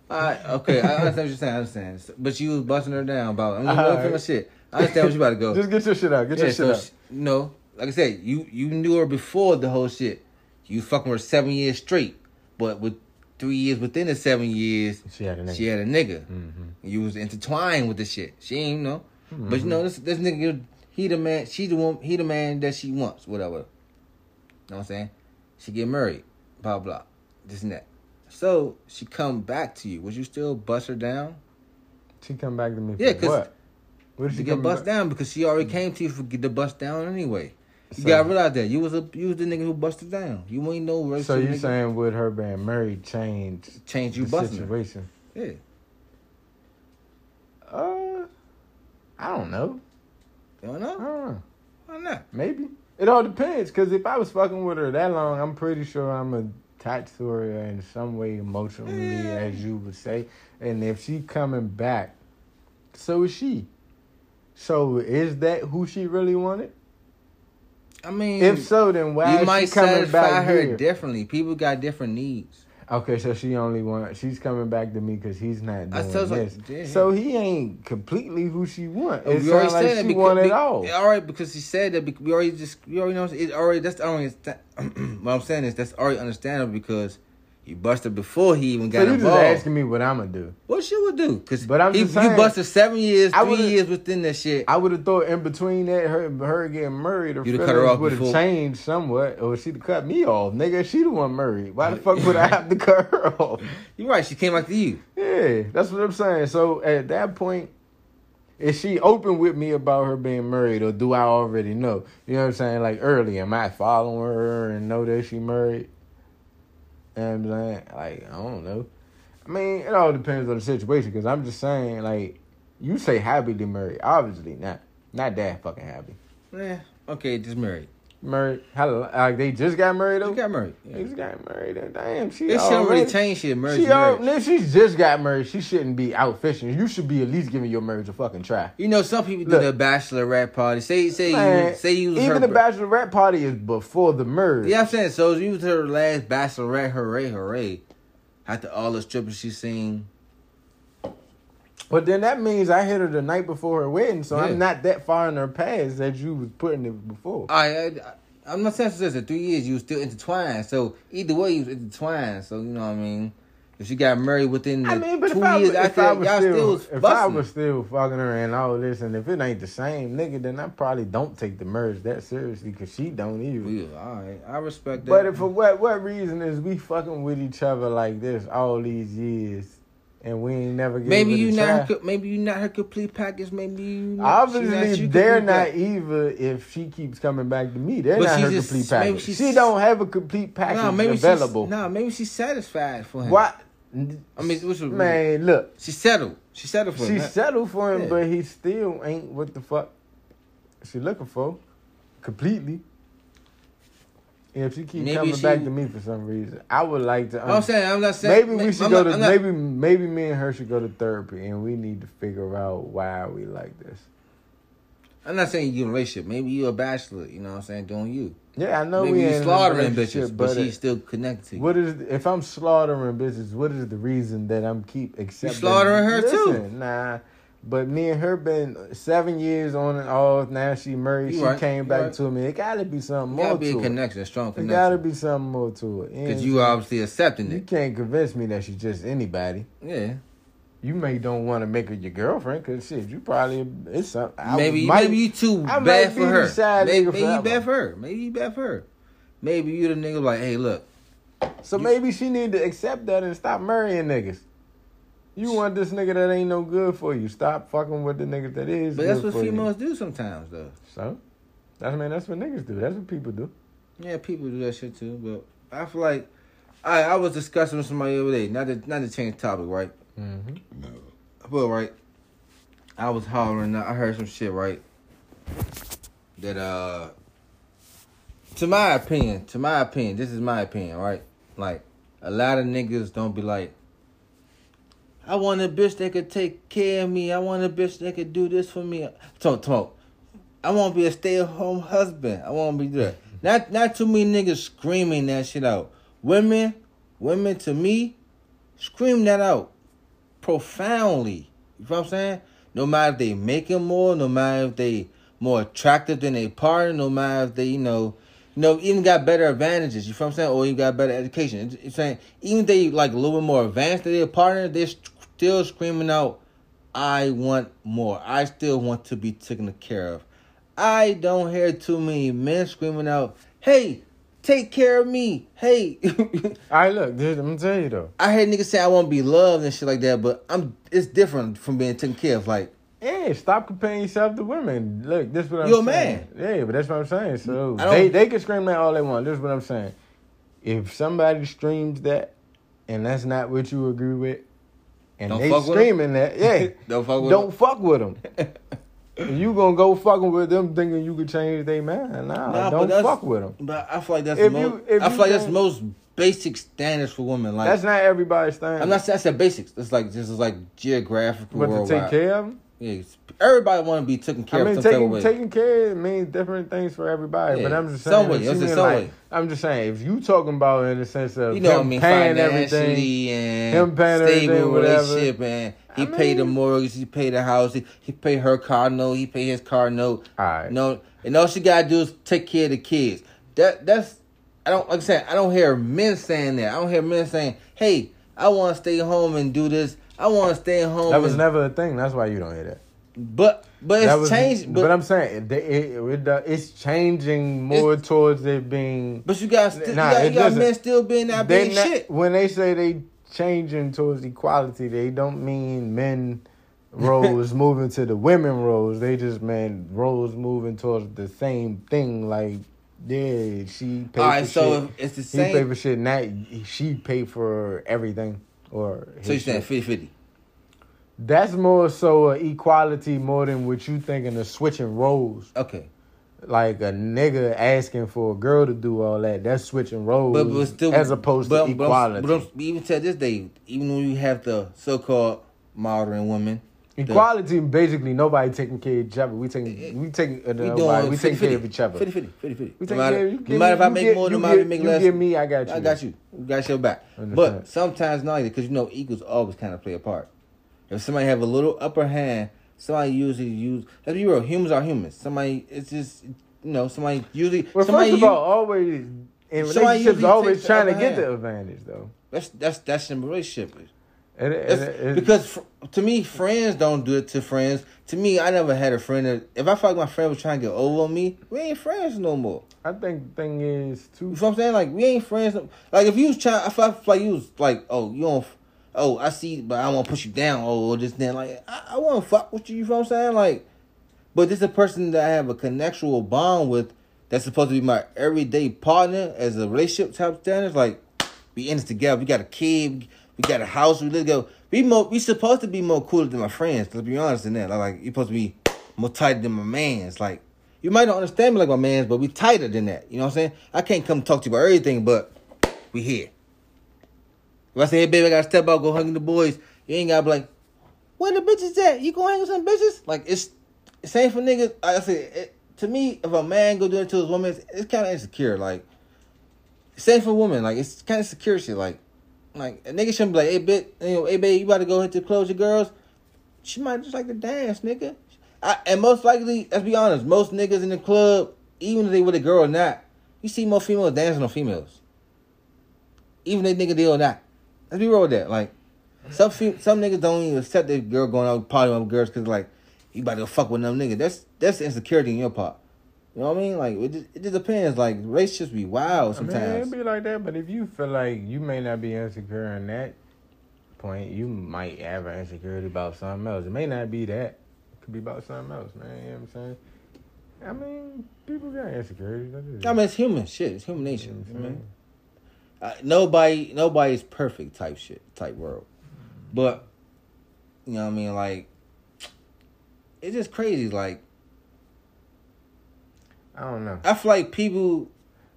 Speaker 2: Alright, okay, I understand what you're saying. I understand, So- but you was busting her down about. I'm just
Speaker 1: All
Speaker 2: going through my
Speaker 1: right.
Speaker 2: shit. I understand what you about to go.
Speaker 1: Just get your shit out. Get
Speaker 2: yeah,
Speaker 1: your shit
Speaker 2: so
Speaker 1: out.
Speaker 2: she, no, like I said, you you knew her before the whole shit. You fucking her seven years straight, but with three years within the seven years,
Speaker 1: She had a nigga. Mm-hmm.
Speaker 2: She had a nigga. You was intertwined with the shit. She ain't know, but you know this this nigga he the man. She the one. He the man that she wants. Whatever. know what I'm saying? She get married. Blah blah. This and that. So she come back to you. Would you still bust her down?
Speaker 1: She come back to me.
Speaker 2: Yeah,
Speaker 1: for
Speaker 2: 'cause
Speaker 1: what? What did
Speaker 2: to
Speaker 1: she
Speaker 2: get
Speaker 1: come
Speaker 2: bust
Speaker 1: back? Mm-hmm.
Speaker 2: down because she already came to you for get the bust down anyway. You
Speaker 1: So-
Speaker 2: gotta realize that you was a you was the nigga who busted down. You ain't no
Speaker 1: So
Speaker 2: racial
Speaker 1: you
Speaker 2: nigga.
Speaker 1: saying with her being married changed
Speaker 2: change you
Speaker 1: the
Speaker 2: busting? her.
Speaker 1: situation?
Speaker 2: Yeah,
Speaker 1: Uh, I don't know.
Speaker 2: you don't
Speaker 1: I
Speaker 2: know
Speaker 1: don't know.
Speaker 2: why not?
Speaker 1: Maybe it all depends. Cause if I was fucking with her that long, I'm pretty sure I'm attached to her in some way emotionally,
Speaker 2: Yeah.
Speaker 1: as you would say. And if she coming back, so is she. So is that who she really wanted?
Speaker 2: I mean,
Speaker 1: If so, then why
Speaker 2: you
Speaker 1: is
Speaker 2: might
Speaker 1: she coming
Speaker 2: satisfy
Speaker 1: back
Speaker 2: her
Speaker 1: here?
Speaker 2: differently. People got different needs.
Speaker 1: Okay, so she only want she's coming back to me because he's not
Speaker 2: I
Speaker 1: doing
Speaker 2: told you-
Speaker 1: this.
Speaker 2: yeah.
Speaker 1: So he ain't completely who she want.
Speaker 2: Oh,
Speaker 1: It sounds like
Speaker 2: that
Speaker 1: she
Speaker 2: becau-
Speaker 1: want it
Speaker 2: be-
Speaker 1: all.
Speaker 2: All right, because she said that bec- we already just we already know it already. That's the only sta- what I'm saying is that's already understandable because you busted before he
Speaker 1: So
Speaker 2: even got
Speaker 1: you just
Speaker 2: involved.
Speaker 1: asking me what I'm gonna do.
Speaker 2: What she would do? Cause
Speaker 1: But I'm
Speaker 2: he,
Speaker 1: just
Speaker 2: you
Speaker 1: saying,
Speaker 2: busted seven years,
Speaker 1: I
Speaker 2: three
Speaker 1: would've-
Speaker 2: years within that shit.
Speaker 1: I would have thought in between that her her getting married, her
Speaker 2: You'd've cut her
Speaker 1: feelings
Speaker 2: off
Speaker 1: would have
Speaker 2: before-
Speaker 1: changed somewhat, or she'd have cut me off, nigga. She the one married. Why the fuck would I have to cut her off?
Speaker 2: You're right. She came after you.
Speaker 1: Yeah, that's what I'm saying. So at that point, is she open with me about her being married, or do I already know? You know what I'm saying? Like early, am I following her and know that she married? You know what I'm saying? Like I don't know. I mean, it all depends on the situation. Because I'm just saying, like you say, happy to marry. Obviously not, not that fucking happy.
Speaker 2: Yeah. Eh, Okay, just married.
Speaker 1: Married? How like they just got married though?
Speaker 2: You got married. Yeah.
Speaker 1: They just got married. and Damn, she
Speaker 2: It shouldn't
Speaker 1: already
Speaker 2: really change shit. Marriage,
Speaker 1: she,
Speaker 2: is marriage.
Speaker 1: al- nigga, she just got married. She shouldn't be out fishing. You should be at least giving your marriage a fucking try.
Speaker 2: You know, some people do
Speaker 1: Look.
Speaker 2: the bachelorette party. Say, say,
Speaker 1: Man,
Speaker 2: you, say you was her.
Speaker 1: even the
Speaker 2: br-
Speaker 1: bachelorette party is before the marriage.
Speaker 2: yeah, I'm saying. So you was her last bachelorette. Hooray, hooray! After all the strippers she seen,
Speaker 1: But then that means I hit her the night before her wedding, so
Speaker 2: Yeah.
Speaker 1: I'm not that far in her past that you was putting it before.
Speaker 2: I, I, I am not saying this in three years you was still intertwined. So either way, you was intertwined. So you know what I mean. If she got married within the
Speaker 1: I mean, but
Speaker 2: two
Speaker 1: if I,
Speaker 2: years
Speaker 1: if
Speaker 2: after,
Speaker 1: I
Speaker 2: that,
Speaker 1: was
Speaker 2: y'all
Speaker 1: still,
Speaker 2: still was
Speaker 1: if I
Speaker 2: busting.
Speaker 1: was still fucking her and all this, and if it ain't the same nigga, then I probably don't take the marriage that seriously because she don't either.
Speaker 2: We- all right, I respect that.
Speaker 1: But if for what what reason is we fucking with each other like this all these years, and we ain't never get
Speaker 2: Maybe
Speaker 1: it
Speaker 2: you
Speaker 1: a
Speaker 2: not.
Speaker 1: try?
Speaker 2: Her, co- maybe you not her complete package. Maybe you not, she
Speaker 1: Obviously,
Speaker 2: you
Speaker 1: they're
Speaker 2: complete
Speaker 1: not
Speaker 2: pack-
Speaker 1: either. If she keeps coming back to me, they're
Speaker 2: But
Speaker 1: not
Speaker 2: she
Speaker 1: her
Speaker 2: just-
Speaker 1: complete
Speaker 2: maybe
Speaker 1: package.
Speaker 2: she's-
Speaker 1: She don't have a complete package
Speaker 2: Nah, maybe
Speaker 1: available.
Speaker 2: She's, nah, maybe she's satisfied for him.
Speaker 1: Why?
Speaker 2: I mean, what's the-
Speaker 1: man, look,
Speaker 2: She settled. She settled for
Speaker 1: she
Speaker 2: him.
Speaker 1: settled for him,
Speaker 2: Yeah.
Speaker 1: but he still ain't what the fuck she looking for completely. If she keep
Speaker 2: Maybe
Speaker 1: coming
Speaker 2: she-
Speaker 1: back to me for some reason, I would like to.
Speaker 2: I'm saying. I'm not saying.
Speaker 1: maybe we
Speaker 2: ma-
Speaker 1: should
Speaker 2: I'm
Speaker 1: go
Speaker 2: not-
Speaker 1: to
Speaker 2: I'm not-
Speaker 1: maybe maybe me and her should go to therapy and we need to figure out why we like this.
Speaker 2: I'm not saying you in a relationship. Maybe you a bachelor. You know what I'm saying? Doing you.
Speaker 1: Yeah, I know
Speaker 2: Maybe
Speaker 1: we
Speaker 2: you
Speaker 1: ain't in a
Speaker 2: slaughtering
Speaker 1: relationship,
Speaker 2: bitches, but
Speaker 1: it-
Speaker 2: she's still connected to you.
Speaker 1: what is if I'm slaughtering bitches? What is the reason that I'm keep accepting?
Speaker 2: slaughtering her, too.
Speaker 1: too. Nah, but me and her been seven years on and off. Now she married.
Speaker 2: You
Speaker 1: she
Speaker 2: right, you
Speaker 1: came back
Speaker 2: right.
Speaker 1: to me. It gotta be something
Speaker 2: It gotta
Speaker 1: more
Speaker 2: be a
Speaker 1: to it.
Speaker 2: connection, a strong
Speaker 1: It gotta
Speaker 2: connection.
Speaker 1: be something more to it.
Speaker 2: Because
Speaker 1: And
Speaker 2: you obviously accepting
Speaker 1: you
Speaker 2: it.
Speaker 1: can't convince me that she's just anybody.
Speaker 2: Yeah.
Speaker 1: You may don't want to make her your girlfriend because shit, you probably it's something. I
Speaker 2: Maybe
Speaker 1: might-
Speaker 2: maybe you too
Speaker 1: I might
Speaker 2: bad
Speaker 1: be
Speaker 2: for her.
Speaker 1: the side
Speaker 2: Maybe,
Speaker 1: nigga
Speaker 2: maybe you
Speaker 1: forever.
Speaker 2: bad for her. Maybe you bad for her. Maybe you the nigga like, hey, look,
Speaker 1: So maybe she need to accept that and stop marrying niggas. You want this nigga that ain't no good for you. Stop fucking with the nigga that is.
Speaker 2: But that's
Speaker 1: good
Speaker 2: what
Speaker 1: for you.
Speaker 2: females do sometimes, though.
Speaker 1: So, that's man. That's what niggas do. That's what people do.
Speaker 2: Yeah, people do that shit too. But I feel like I I was discussing with somebody the other day. Not to not to change topic, right?
Speaker 1: Mm-hmm.
Speaker 2: But right, I was hollering. I heard some shit, right? That uh, to my opinion, to my opinion, this is my opinion, right? Like a lot of niggas don't be like. I want a bitch that could take care of me. I want a bitch that could do this for me. Talk, talk. I want to be a stay at home husband. I want to be that. Not not too many niggas screaming that shit out. Women, women to me, scream that out profoundly. You know what I'm saying? No matter if they making more, no matter if they more attractive than their partner, no matter if they, you know, you know, even got better advantages. You feel what I'm saying? Or you got better education. It's, it's saying even if they like a little bit more advanced than their partner, they're st- still screaming out, "I want more. I still want to be taken care of." I don't hear too many men screaming out, "Hey, take care of me." Hey,
Speaker 1: All right, look, dude, I'm gonna tell you though.
Speaker 2: I heard niggas say I want to be loved and shit like that, but I'm it's different from being taken care of. Like
Speaker 1: Yeah, stop comparing yourself to women. Look, this is what I'm
Speaker 2: You're a
Speaker 1: saying. Yeah, but that's what I'm saying. So
Speaker 2: I don't-
Speaker 1: they they can scream that all they want. This is what I'm saying. If somebody streams that, and that's not what you agree with, and
Speaker 2: Don't
Speaker 1: they
Speaker 2: fuck with 'em?
Speaker 1: screaming that, yeah,
Speaker 2: Don't fuck with
Speaker 1: don't fuck with them. you gonna go fucking with them thinking you could change their mind? Nah,
Speaker 2: Nah, but
Speaker 1: don't
Speaker 2: that's-
Speaker 1: fuck with them.
Speaker 2: But I feel like that's
Speaker 1: If
Speaker 2: mo-
Speaker 1: you- if
Speaker 2: I
Speaker 1: you
Speaker 2: feel like that's
Speaker 1: don't-
Speaker 2: most basic standards for women. Like
Speaker 1: That's not everybody's thing.
Speaker 2: I'm not saying I said basics. It's like this is like geographical
Speaker 1: but to
Speaker 2: worldwide.
Speaker 1: take care of them.
Speaker 2: Yeah, it's- everybody want to be taken care
Speaker 1: I mean,
Speaker 2: of. some type of
Speaker 1: taking
Speaker 2: way.
Speaker 1: taking care means different things for everybody. But
Speaker 2: Yeah.
Speaker 1: I'm just
Speaker 2: Some
Speaker 1: saying,
Speaker 2: way.
Speaker 1: if you
Speaker 2: It's just
Speaker 1: mean,
Speaker 2: some
Speaker 1: like-
Speaker 2: way.
Speaker 1: I'm just saying, if you talking about in the sense of
Speaker 2: you know what I
Speaker 1: him
Speaker 2: mean?
Speaker 1: paying everything,
Speaker 2: Financially and
Speaker 1: him paying everything,
Speaker 2: stable
Speaker 1: whatever.
Speaker 2: relationship, and he
Speaker 1: I
Speaker 2: paid the
Speaker 1: mean-
Speaker 2: mortgage, he paid the house, he, he paid her car note, he paid his car note.
Speaker 1: Alright.
Speaker 2: No, and all she gotta do is take care of the kids. That that's I don't like I said I don't hear men saying that. I don't hear men saying, "Hey, I want to stay home and do this. I want to stay home."
Speaker 1: that was
Speaker 2: and-
Speaker 1: never a thing. That's why you don't hear that.
Speaker 2: But but it's
Speaker 1: that was,
Speaker 2: changed. But,
Speaker 1: But, I'm saying it, it, it, it- it's changing more towards it being.
Speaker 2: but you got st-
Speaker 1: Nah,
Speaker 2: you got,
Speaker 1: it
Speaker 2: you got
Speaker 1: doesn't.
Speaker 2: men still being that
Speaker 1: they
Speaker 2: big
Speaker 1: not-
Speaker 2: shit.
Speaker 1: When they say they changing towards equality, they don't mean men roles moving to the women roles. They just mean roles moving towards the same thing. Like, yeah, she paid
Speaker 2: All right,
Speaker 1: for
Speaker 2: so
Speaker 1: shit.
Speaker 2: if it's the
Speaker 1: He paid
Speaker 2: same.
Speaker 1: for shit. Not she paid for everything. Or his
Speaker 2: So you're saying
Speaker 1: shit.
Speaker 2: 50-50.
Speaker 1: that's more so a equality more than what you thinking of switching roles.
Speaker 2: Okay.
Speaker 1: Like a nigga asking for a girl to do all that. That's switching roles.
Speaker 2: but, but still,
Speaker 1: as opposed
Speaker 2: but-
Speaker 1: to
Speaker 2: but I'm-
Speaker 1: equality.
Speaker 2: But, I'm- even to this day, even when you have the so-called modern women, the-
Speaker 1: Equality, basically, nobody taking care of each other. We taking, we taking, uh,
Speaker 2: we
Speaker 1: nobody.
Speaker 2: doing
Speaker 1: we taking
Speaker 2: 50-50,
Speaker 1: care of each other.
Speaker 2: 50-50, 50-50.
Speaker 1: We
Speaker 2: No
Speaker 1: taking
Speaker 2: matter,
Speaker 1: care of you
Speaker 2: no
Speaker 1: give-
Speaker 2: matter if I
Speaker 1: you
Speaker 2: make
Speaker 1: give-
Speaker 2: more, no
Speaker 1: you
Speaker 2: matter if
Speaker 1: give-
Speaker 2: I make
Speaker 1: you
Speaker 2: less.
Speaker 1: give me, I got
Speaker 2: I
Speaker 1: you.
Speaker 2: got you. You got your back.
Speaker 1: Understand.
Speaker 2: But sometimes not either, because you know equals always kind of play a part. If somebody have a little upper hand, somebody usually use. Let's be real, humans are humans. Somebody, it's just you know, somebody usually.
Speaker 1: Well,
Speaker 2: somebody
Speaker 1: first of
Speaker 2: u-
Speaker 1: all, always in
Speaker 2: Somebody
Speaker 1: relationships,
Speaker 2: usually
Speaker 1: always
Speaker 2: takes the
Speaker 1: trying to
Speaker 2: upper
Speaker 1: get the
Speaker 2: hand.
Speaker 1: advantage, though.
Speaker 2: that's that's that's in relationship.
Speaker 1: It- it-
Speaker 2: That's-
Speaker 1: it- it-
Speaker 2: because fr- to me, friends don't do it to friends. To me, I never had a friend that if I felt like my friend was trying to get over on me, we ain't friends no more.
Speaker 1: I think the thing is too.
Speaker 2: You know what I'm saying? Like we ain't friends. No, like if you was trying, I felt like you was like, oh, you don't. f- Oh, I see, but I want to push you down. Oh, or just then, like I, I want to fuck with you. You know what I'm saying? Like, but this is a person that I have a connectual bond with. That's supposed to be my everyday partner as a relationship type standards. Like, we in this together. We got a kid. We got a house. We live go. We more. We supposed to be more cooler than my friends. Let's be honest in that. Like, like you supposed to be more tighter than my man's. Like, you might not understand me like my man's, but we tighter than that. You know what I'm saying? I can't come talk to you about everything, but we here. If I say, hey baby, I gotta step out, go hang with the boys. You ain't gotta be like, where the bitches at? You gonna hang with some bitches? Like it's same for niggas. Like I said, it, to me, if a man go do it to his woman, it's, it's kind of insecure. Like same for women. Like it's kind of secure shit. Like like a nigga shouldn't be like, hey bit, you know, hey babe, you about to go hit the clothes, your girls. She might just like to dance, nigga. I, and most likely, let's be honest, most niggas in the club, even if they with a girl or not, you see more females dancing on females. Even if they nigga deal or not. Let's be real with that. Like, some fe- some niggas don't even accept their girl going out partying with girls because like you about to go fuck with them niggas. That's that's insecurity in your part. You know what I mean? Like it just, it just depends. Like relationships be wild
Speaker 1: I mean, it
Speaker 2: sometimes.
Speaker 1: be like that, but if you feel like you may not be insecure in that point, you might have an insecurity about something else. It may not be that. It could be about something else, man. You know what I'm saying? I mean, people got insecurities. That is-
Speaker 2: I mean, mm-hmm. it's human shit. It's human nature.
Speaker 1: Yeah,
Speaker 2: I mean, uh, nobody, nobody's perfect. Type shit. Type world. But you know what I mean? Like it's just crazy. Like
Speaker 1: I don't know.
Speaker 2: I feel like people.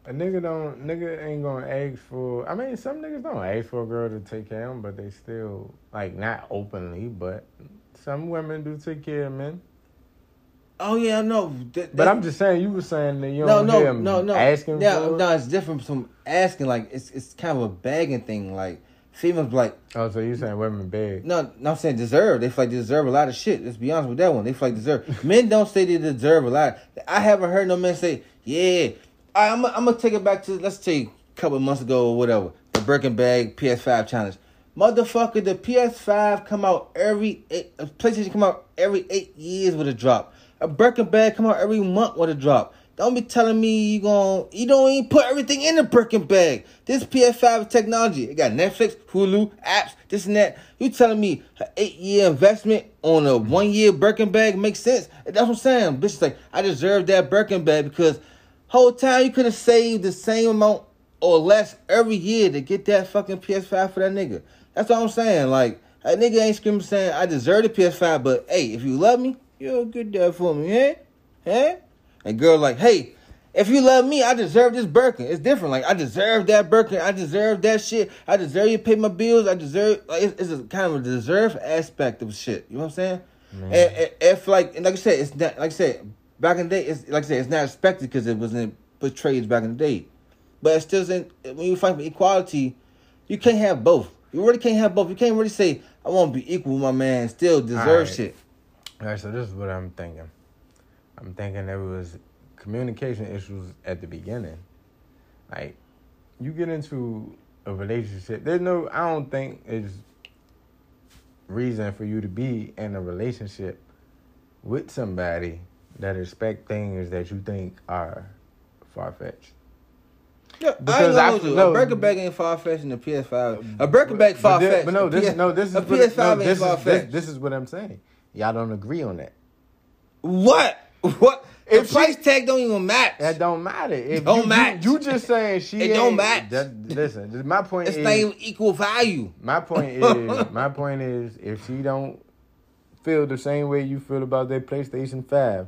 Speaker 1: A nigga don't nigga ain't gonna ask for. I mean, some niggas don't ask for a girl to take care of them, but they still like not openly, but some women do take care of men.
Speaker 2: Oh yeah, no. That,
Speaker 1: But
Speaker 2: that-
Speaker 1: I'm just saying, you were saying that you
Speaker 2: no,
Speaker 1: don't
Speaker 2: no,
Speaker 1: hear 'em
Speaker 2: no, no.
Speaker 1: asking
Speaker 2: yeah,
Speaker 1: for. it.
Speaker 2: no, it's different from asking. Like it's it's kind of a begging thing. Like Females like
Speaker 1: Oh, so you saying women beg?
Speaker 2: no, no, I'm saying deserve. They feel like they deserve a lot of shit. Let's be honest with that one. They feel like deserve. men don't say they deserve a lot. I haven't heard no men say, "Yeah, I, I'm, I'm gonna take it back to let's take a couple of months ago or whatever." The Birkin bag PS5 challenge, motherfucker. The PS5 come out every eight, uh, PlayStation come out every eight years with a drop. A Birkin bag come out every month with a drop. Don't be telling me you gon' you don't even put everything in the Birkin bag. This PS5 technology, it got Netflix, Hulu, apps, this and that. You telling me an eight year investment on a one year Birkin bag makes sense? That's what I'm saying. Bitch, is like I deserve that Birkin bag because whole time you could have saved the same amount or less every year to get that fucking PS5 for that nigga. That's what I'm saying. Like a nigga ain't screaming saying I deserve the PS5, but hey, if you love me, you'll get that for me, eh? Eh? And girl like, hey, if you love me, I deserve this Birkin. It's different. Like I deserve that Birkin. I deserve that shit. I deserve you to pay my bills. I deserve. Like it's, it's a kind of a deserve aspect of shit. You know what I'm saying? And, and if like and like I said, it's not like I said back in the day. It's like I said, it's not expected because it wasn't portrayed back in the day. But it still isn't. When you fight for equality, you can't have both. You really can't have both. You can't really say I want to be equal with my man. and Still deserve
Speaker 1: Alright.
Speaker 2: shit.
Speaker 1: All right, so this is what I'm thinking. I'm thinking there was communication issues at the beginning. Like, you get into a relationship. There's no, I don't think there's reason for you to be in a relationship with somebody that expect things that you think are far fetched.
Speaker 2: Yeah, I ain't
Speaker 1: Because
Speaker 2: gonna
Speaker 1: I-
Speaker 2: hold you.
Speaker 1: no.
Speaker 2: a breaker bag ain't far fetched in a PS5. A breaker bag far fetched.
Speaker 1: But no, this no, this is
Speaker 2: a
Speaker 1: what- no,
Speaker 2: PS5 ain't
Speaker 1: this
Speaker 2: far
Speaker 1: is this,
Speaker 2: fetched.
Speaker 1: this is what I'm saying. Y'all don't agree on that.
Speaker 2: What? What?
Speaker 1: If
Speaker 2: the
Speaker 1: she-
Speaker 2: price tag don't even match.
Speaker 1: That don't matter. If
Speaker 2: Don't
Speaker 1: you,
Speaker 2: match.
Speaker 1: You, you just saying she.
Speaker 2: It don't
Speaker 1: ain't-
Speaker 2: match.
Speaker 1: that- listen, just my point
Speaker 2: it's
Speaker 1: is.
Speaker 2: not even equal value.
Speaker 1: my point is. My point is. If she don't feel the same way you feel about their PlayStation Five,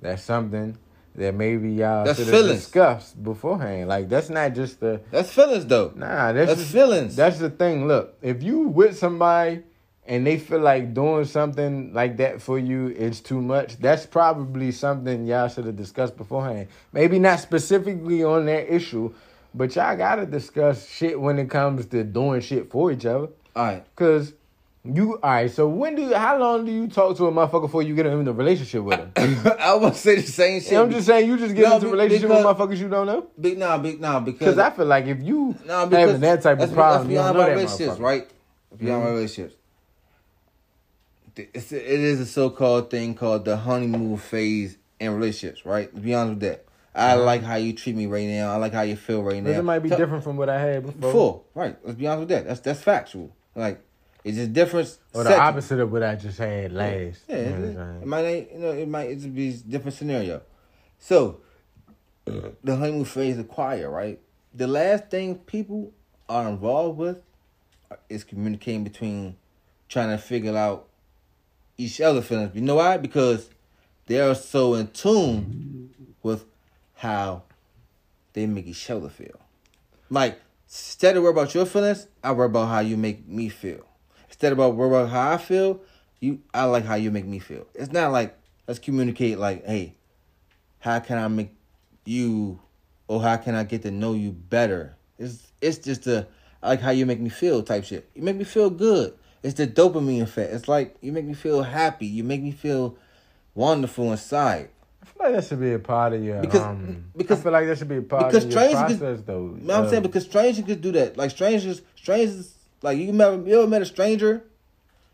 Speaker 1: that's something that maybe y'all
Speaker 2: That's
Speaker 1: should have
Speaker 2: feelings.
Speaker 1: discussed beforehand. Like that's not just the.
Speaker 2: That's feelings though.
Speaker 1: Nah, that's,
Speaker 2: That's
Speaker 1: just-
Speaker 2: feelings.
Speaker 1: That's the thing. Look, if you with somebody and they feel like doing something like that for you is too much, that's probably something y'all should have discussed beforehand. Maybe not specifically on that issue, but y'all gotta discuss shit when it comes to doing shit for each other.
Speaker 2: All right.
Speaker 1: Cause you all right. So when do how long do you talk to a motherfucker before you get in a relationship with him?
Speaker 2: I would say the same shit.
Speaker 1: I'm just saying you just get
Speaker 2: No,
Speaker 1: into
Speaker 2: be-
Speaker 1: a relationship
Speaker 2: because-
Speaker 1: with motherfuckers you don't know.
Speaker 2: big nah, big nah, because
Speaker 1: Because I feel like if you
Speaker 2: nah, because
Speaker 1: having that type
Speaker 2: that's
Speaker 1: of problem,
Speaker 2: Be,
Speaker 1: you don't
Speaker 2: that's beyond
Speaker 1: know
Speaker 2: my
Speaker 1: that
Speaker 2: relationships,
Speaker 1: motherfucker. Mm-hmm.
Speaker 2: right? Beyond my relationships. It's it is a so called thing called the honeymoon phase in relationships, right? Be honest with that. I like how you treat me right now. I like how you feel right now.
Speaker 1: Because Mm-hmm. it might be
Speaker 2: Tell-
Speaker 1: different from what I had before.
Speaker 2: Full, right? Let's be honest with that. That's that's factual. Like it's just different.
Speaker 1: Or the
Speaker 2: settings.
Speaker 1: opposite of what I just had last.
Speaker 2: Yeah,
Speaker 1: You know
Speaker 2: it,
Speaker 1: what I'm
Speaker 2: it- it
Speaker 1: saying?
Speaker 2: might ain't- you know it might it's be a different scenario. So the honeymoon phase is quiet, right? The last thing people are involved with is communicating between trying to figure out each other's feelings. You know why? Because they are so in tune with how they make each other feel. Like, instead of worry about your feelings, I worry about how you make me feel. Instead of about worry about how I feel, you I like how you make me feel. It's not like let's communicate like, hey, how can I make you or how can I get to know you better? It's it's just a I like how you make me feel type shit. You make me feel good. It's the dopamine effect. It's like you make me feel happy. You make me feel wonderful inside.
Speaker 1: I feel like that should be a part of your.
Speaker 2: Because-
Speaker 1: um,
Speaker 2: because-
Speaker 1: I feel like that should be a part
Speaker 2: because
Speaker 1: of your
Speaker 2: strangers
Speaker 1: process,
Speaker 2: could-
Speaker 1: though.
Speaker 2: You know what I'm saying? Because strangers could do that. Like strangers, strangers, like you ever, you ever met a stranger?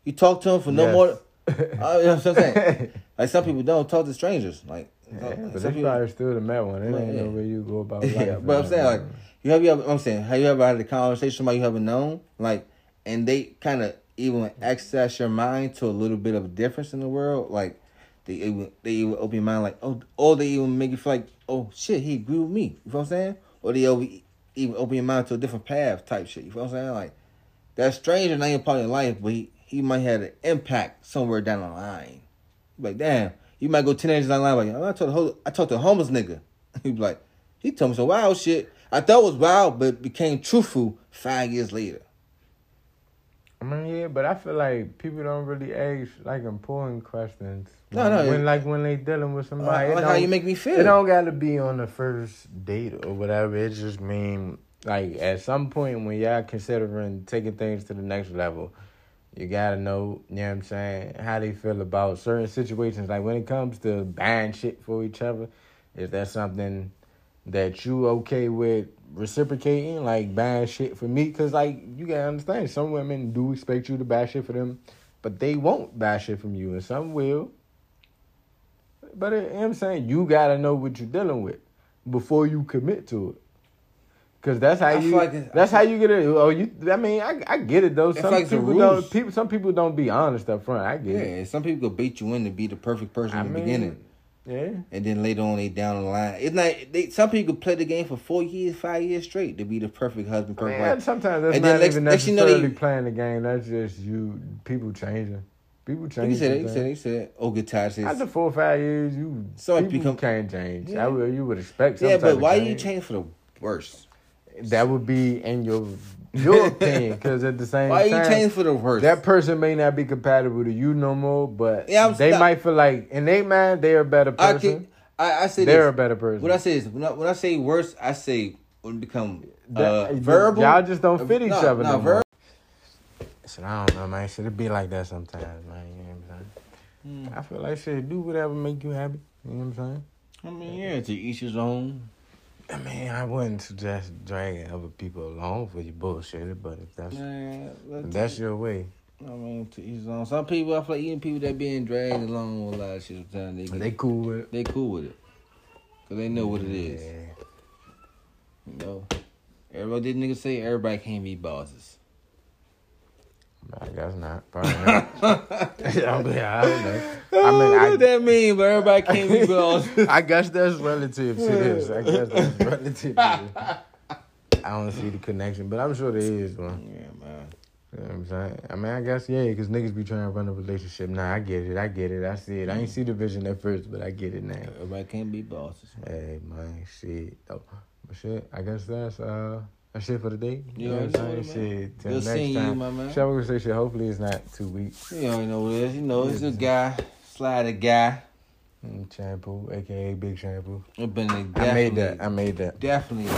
Speaker 2: You talk to him for no
Speaker 1: Yes.
Speaker 2: more. I, you know what I'm saying? like some people don't talk to strangers. Like,
Speaker 1: yeah,
Speaker 2: some
Speaker 1: but they
Speaker 2: people-
Speaker 1: probably still the met one. It
Speaker 2: Well,
Speaker 1: ain't no
Speaker 2: oh, yeah.
Speaker 1: way you go about life.
Speaker 2: yeah, but I'm saying like, you have you ever? I'm saying, have you ever had a conversation with somebody you haven't known? Like, and they kind of even access your mind to a little bit of difference in the world. Like, they even they even open your mind like, oh, or they even make you feel like, oh shit, he agree with me. You know what I'm saying? Or they over, even open your mind to a different path type shit. You know what I'm saying? Like, that stranger not even part of your life, but he, he might have an impact somewhere down the line. You be Like, damn, you might go ten inches down the line. Like, I talked to ho- I talked to a homeless nigga. He be like, he told me some wild shit. I thought it was wild, but it became truthful five years later.
Speaker 1: I mean, yeah, but I feel like people don't really ask like important questions.
Speaker 2: No,
Speaker 1: when,
Speaker 2: no,
Speaker 1: When
Speaker 2: it-
Speaker 1: like when they dealing with
Speaker 2: I
Speaker 1: somebody, it
Speaker 2: like how
Speaker 1: don't-
Speaker 2: you make me feel.
Speaker 1: It don't gotta be on the first date or whatever. It just mean like at some point when y'all considering taking things to the next level, you gotta know, you know what I'm saying, how they feel about certain situations. Like when it comes to buying shit for each other, is that something that you okay with reciprocating, like buying shit for me? Cause like you gotta understand, some women do expect you to buy shit for them, but they won't buy shit from you, and some will. But uh, you know what I'm saying you gotta know what you're dealing with before you commit to it. Cause that's how
Speaker 2: I
Speaker 1: you
Speaker 2: feel like it's-
Speaker 1: that's how you get it. Oh, you. I mean, I I get it though.
Speaker 2: It's
Speaker 1: Some
Speaker 2: like the
Speaker 1: people
Speaker 2: rules.
Speaker 1: don't. People. Some people don't be honest up front. I get
Speaker 2: Yeah,
Speaker 1: it.
Speaker 2: and some people could bait you in to be the perfect person
Speaker 1: I
Speaker 2: in the
Speaker 1: mean,
Speaker 2: beginning,
Speaker 1: Yeah.
Speaker 2: and then later on they down the line. It's like they some people could play the game for four years, five years straight to be the perfect husband,
Speaker 1: I mean,
Speaker 2: perfect
Speaker 1: that-
Speaker 2: wife.
Speaker 1: sometimes that's
Speaker 2: And then
Speaker 1: not
Speaker 2: next-
Speaker 1: even
Speaker 2: next you know
Speaker 1: necessarily
Speaker 2: they-
Speaker 1: playing the game. That's just you. People changing. People
Speaker 2: He
Speaker 1: changing.
Speaker 2: said, it, he
Speaker 1: man.
Speaker 2: said, it, he said, oh, good tired. says,
Speaker 1: After four or five years, you
Speaker 2: So it
Speaker 1: people
Speaker 2: become-
Speaker 1: can't change.
Speaker 2: Yeah.
Speaker 1: I would, you would expect. Some
Speaker 2: yeah,
Speaker 1: type
Speaker 2: but
Speaker 1: of
Speaker 2: why
Speaker 1: change.
Speaker 2: you change for the worst?
Speaker 1: That would be in your your opinion, because at the same
Speaker 2: Why you
Speaker 1: time,
Speaker 2: change for the worst?
Speaker 1: that person may not be compatible to you no more. But
Speaker 2: Yeah, I'm
Speaker 1: they
Speaker 2: stop-
Speaker 1: might feel like in their mind they're a better
Speaker 2: I
Speaker 1: person.
Speaker 2: can, I, I say
Speaker 1: they're a
Speaker 2: this.
Speaker 1: better person.
Speaker 2: What I say is when I, when I say worst, I say when it become uh,
Speaker 1: That-
Speaker 2: verbal. Uh,
Speaker 1: Y'all just don't fit each
Speaker 2: No,
Speaker 1: other
Speaker 2: no,
Speaker 1: no, more.
Speaker 2: ver-
Speaker 1: Shit, I don't know, man. Shit, it be like that sometimes, man. You know what I'm saying? I feel like shit, do whatever make you happy. You know what I'm saying?
Speaker 2: I mean, yeah, to each his own.
Speaker 1: I mean, I wouldn't suggest dragging other people along for your bullshit, but if that's
Speaker 2: Yeah,
Speaker 1: if
Speaker 2: let-
Speaker 1: that's your way,
Speaker 2: I mean, to each his own. Some people, I feel like even people that being dragged along with a lot of shit sometimes, they, get-
Speaker 1: they cool with it.
Speaker 2: they cool with it. Because they know what it is.
Speaker 1: Yeah.
Speaker 2: You know? Everybody, did nigga say everybody can't be bosses.
Speaker 1: I guess not. Probably not. I mean, I don't know. I
Speaker 2: what
Speaker 1: mean,
Speaker 2: that mean, but everybody can't be bosses.
Speaker 1: I, I guess that's relative to this. I guess that's relative. To this. I don't see the connection, but I'm sure there is one.
Speaker 2: yeah, man.
Speaker 1: You know what I'm saying? I mean, I guess, yeah, because niggas be trying to run a relationship. Nah, I get it. I get it. I see it. I ain't see the vision at first, but I get it now.
Speaker 2: Everybody can't be bosses, man.
Speaker 1: Hey, man, shit. Oh, but shit, I guess that's, uh, that's shit for the day.
Speaker 2: You already know what it mean.
Speaker 1: Shit, till
Speaker 2: Good
Speaker 1: next
Speaker 2: seeing you,
Speaker 1: time.
Speaker 2: my man.
Speaker 1: Shit, I was gonna say shit. Hopefully, it's not two weeks.
Speaker 2: You already know what it is. You know, it's a guy, slider guy.
Speaker 1: Mm, shampoo, aka Big Shampoo.
Speaker 2: I've been a
Speaker 1: I made
Speaker 2: definitely-
Speaker 1: that. I made that.
Speaker 2: Definitely a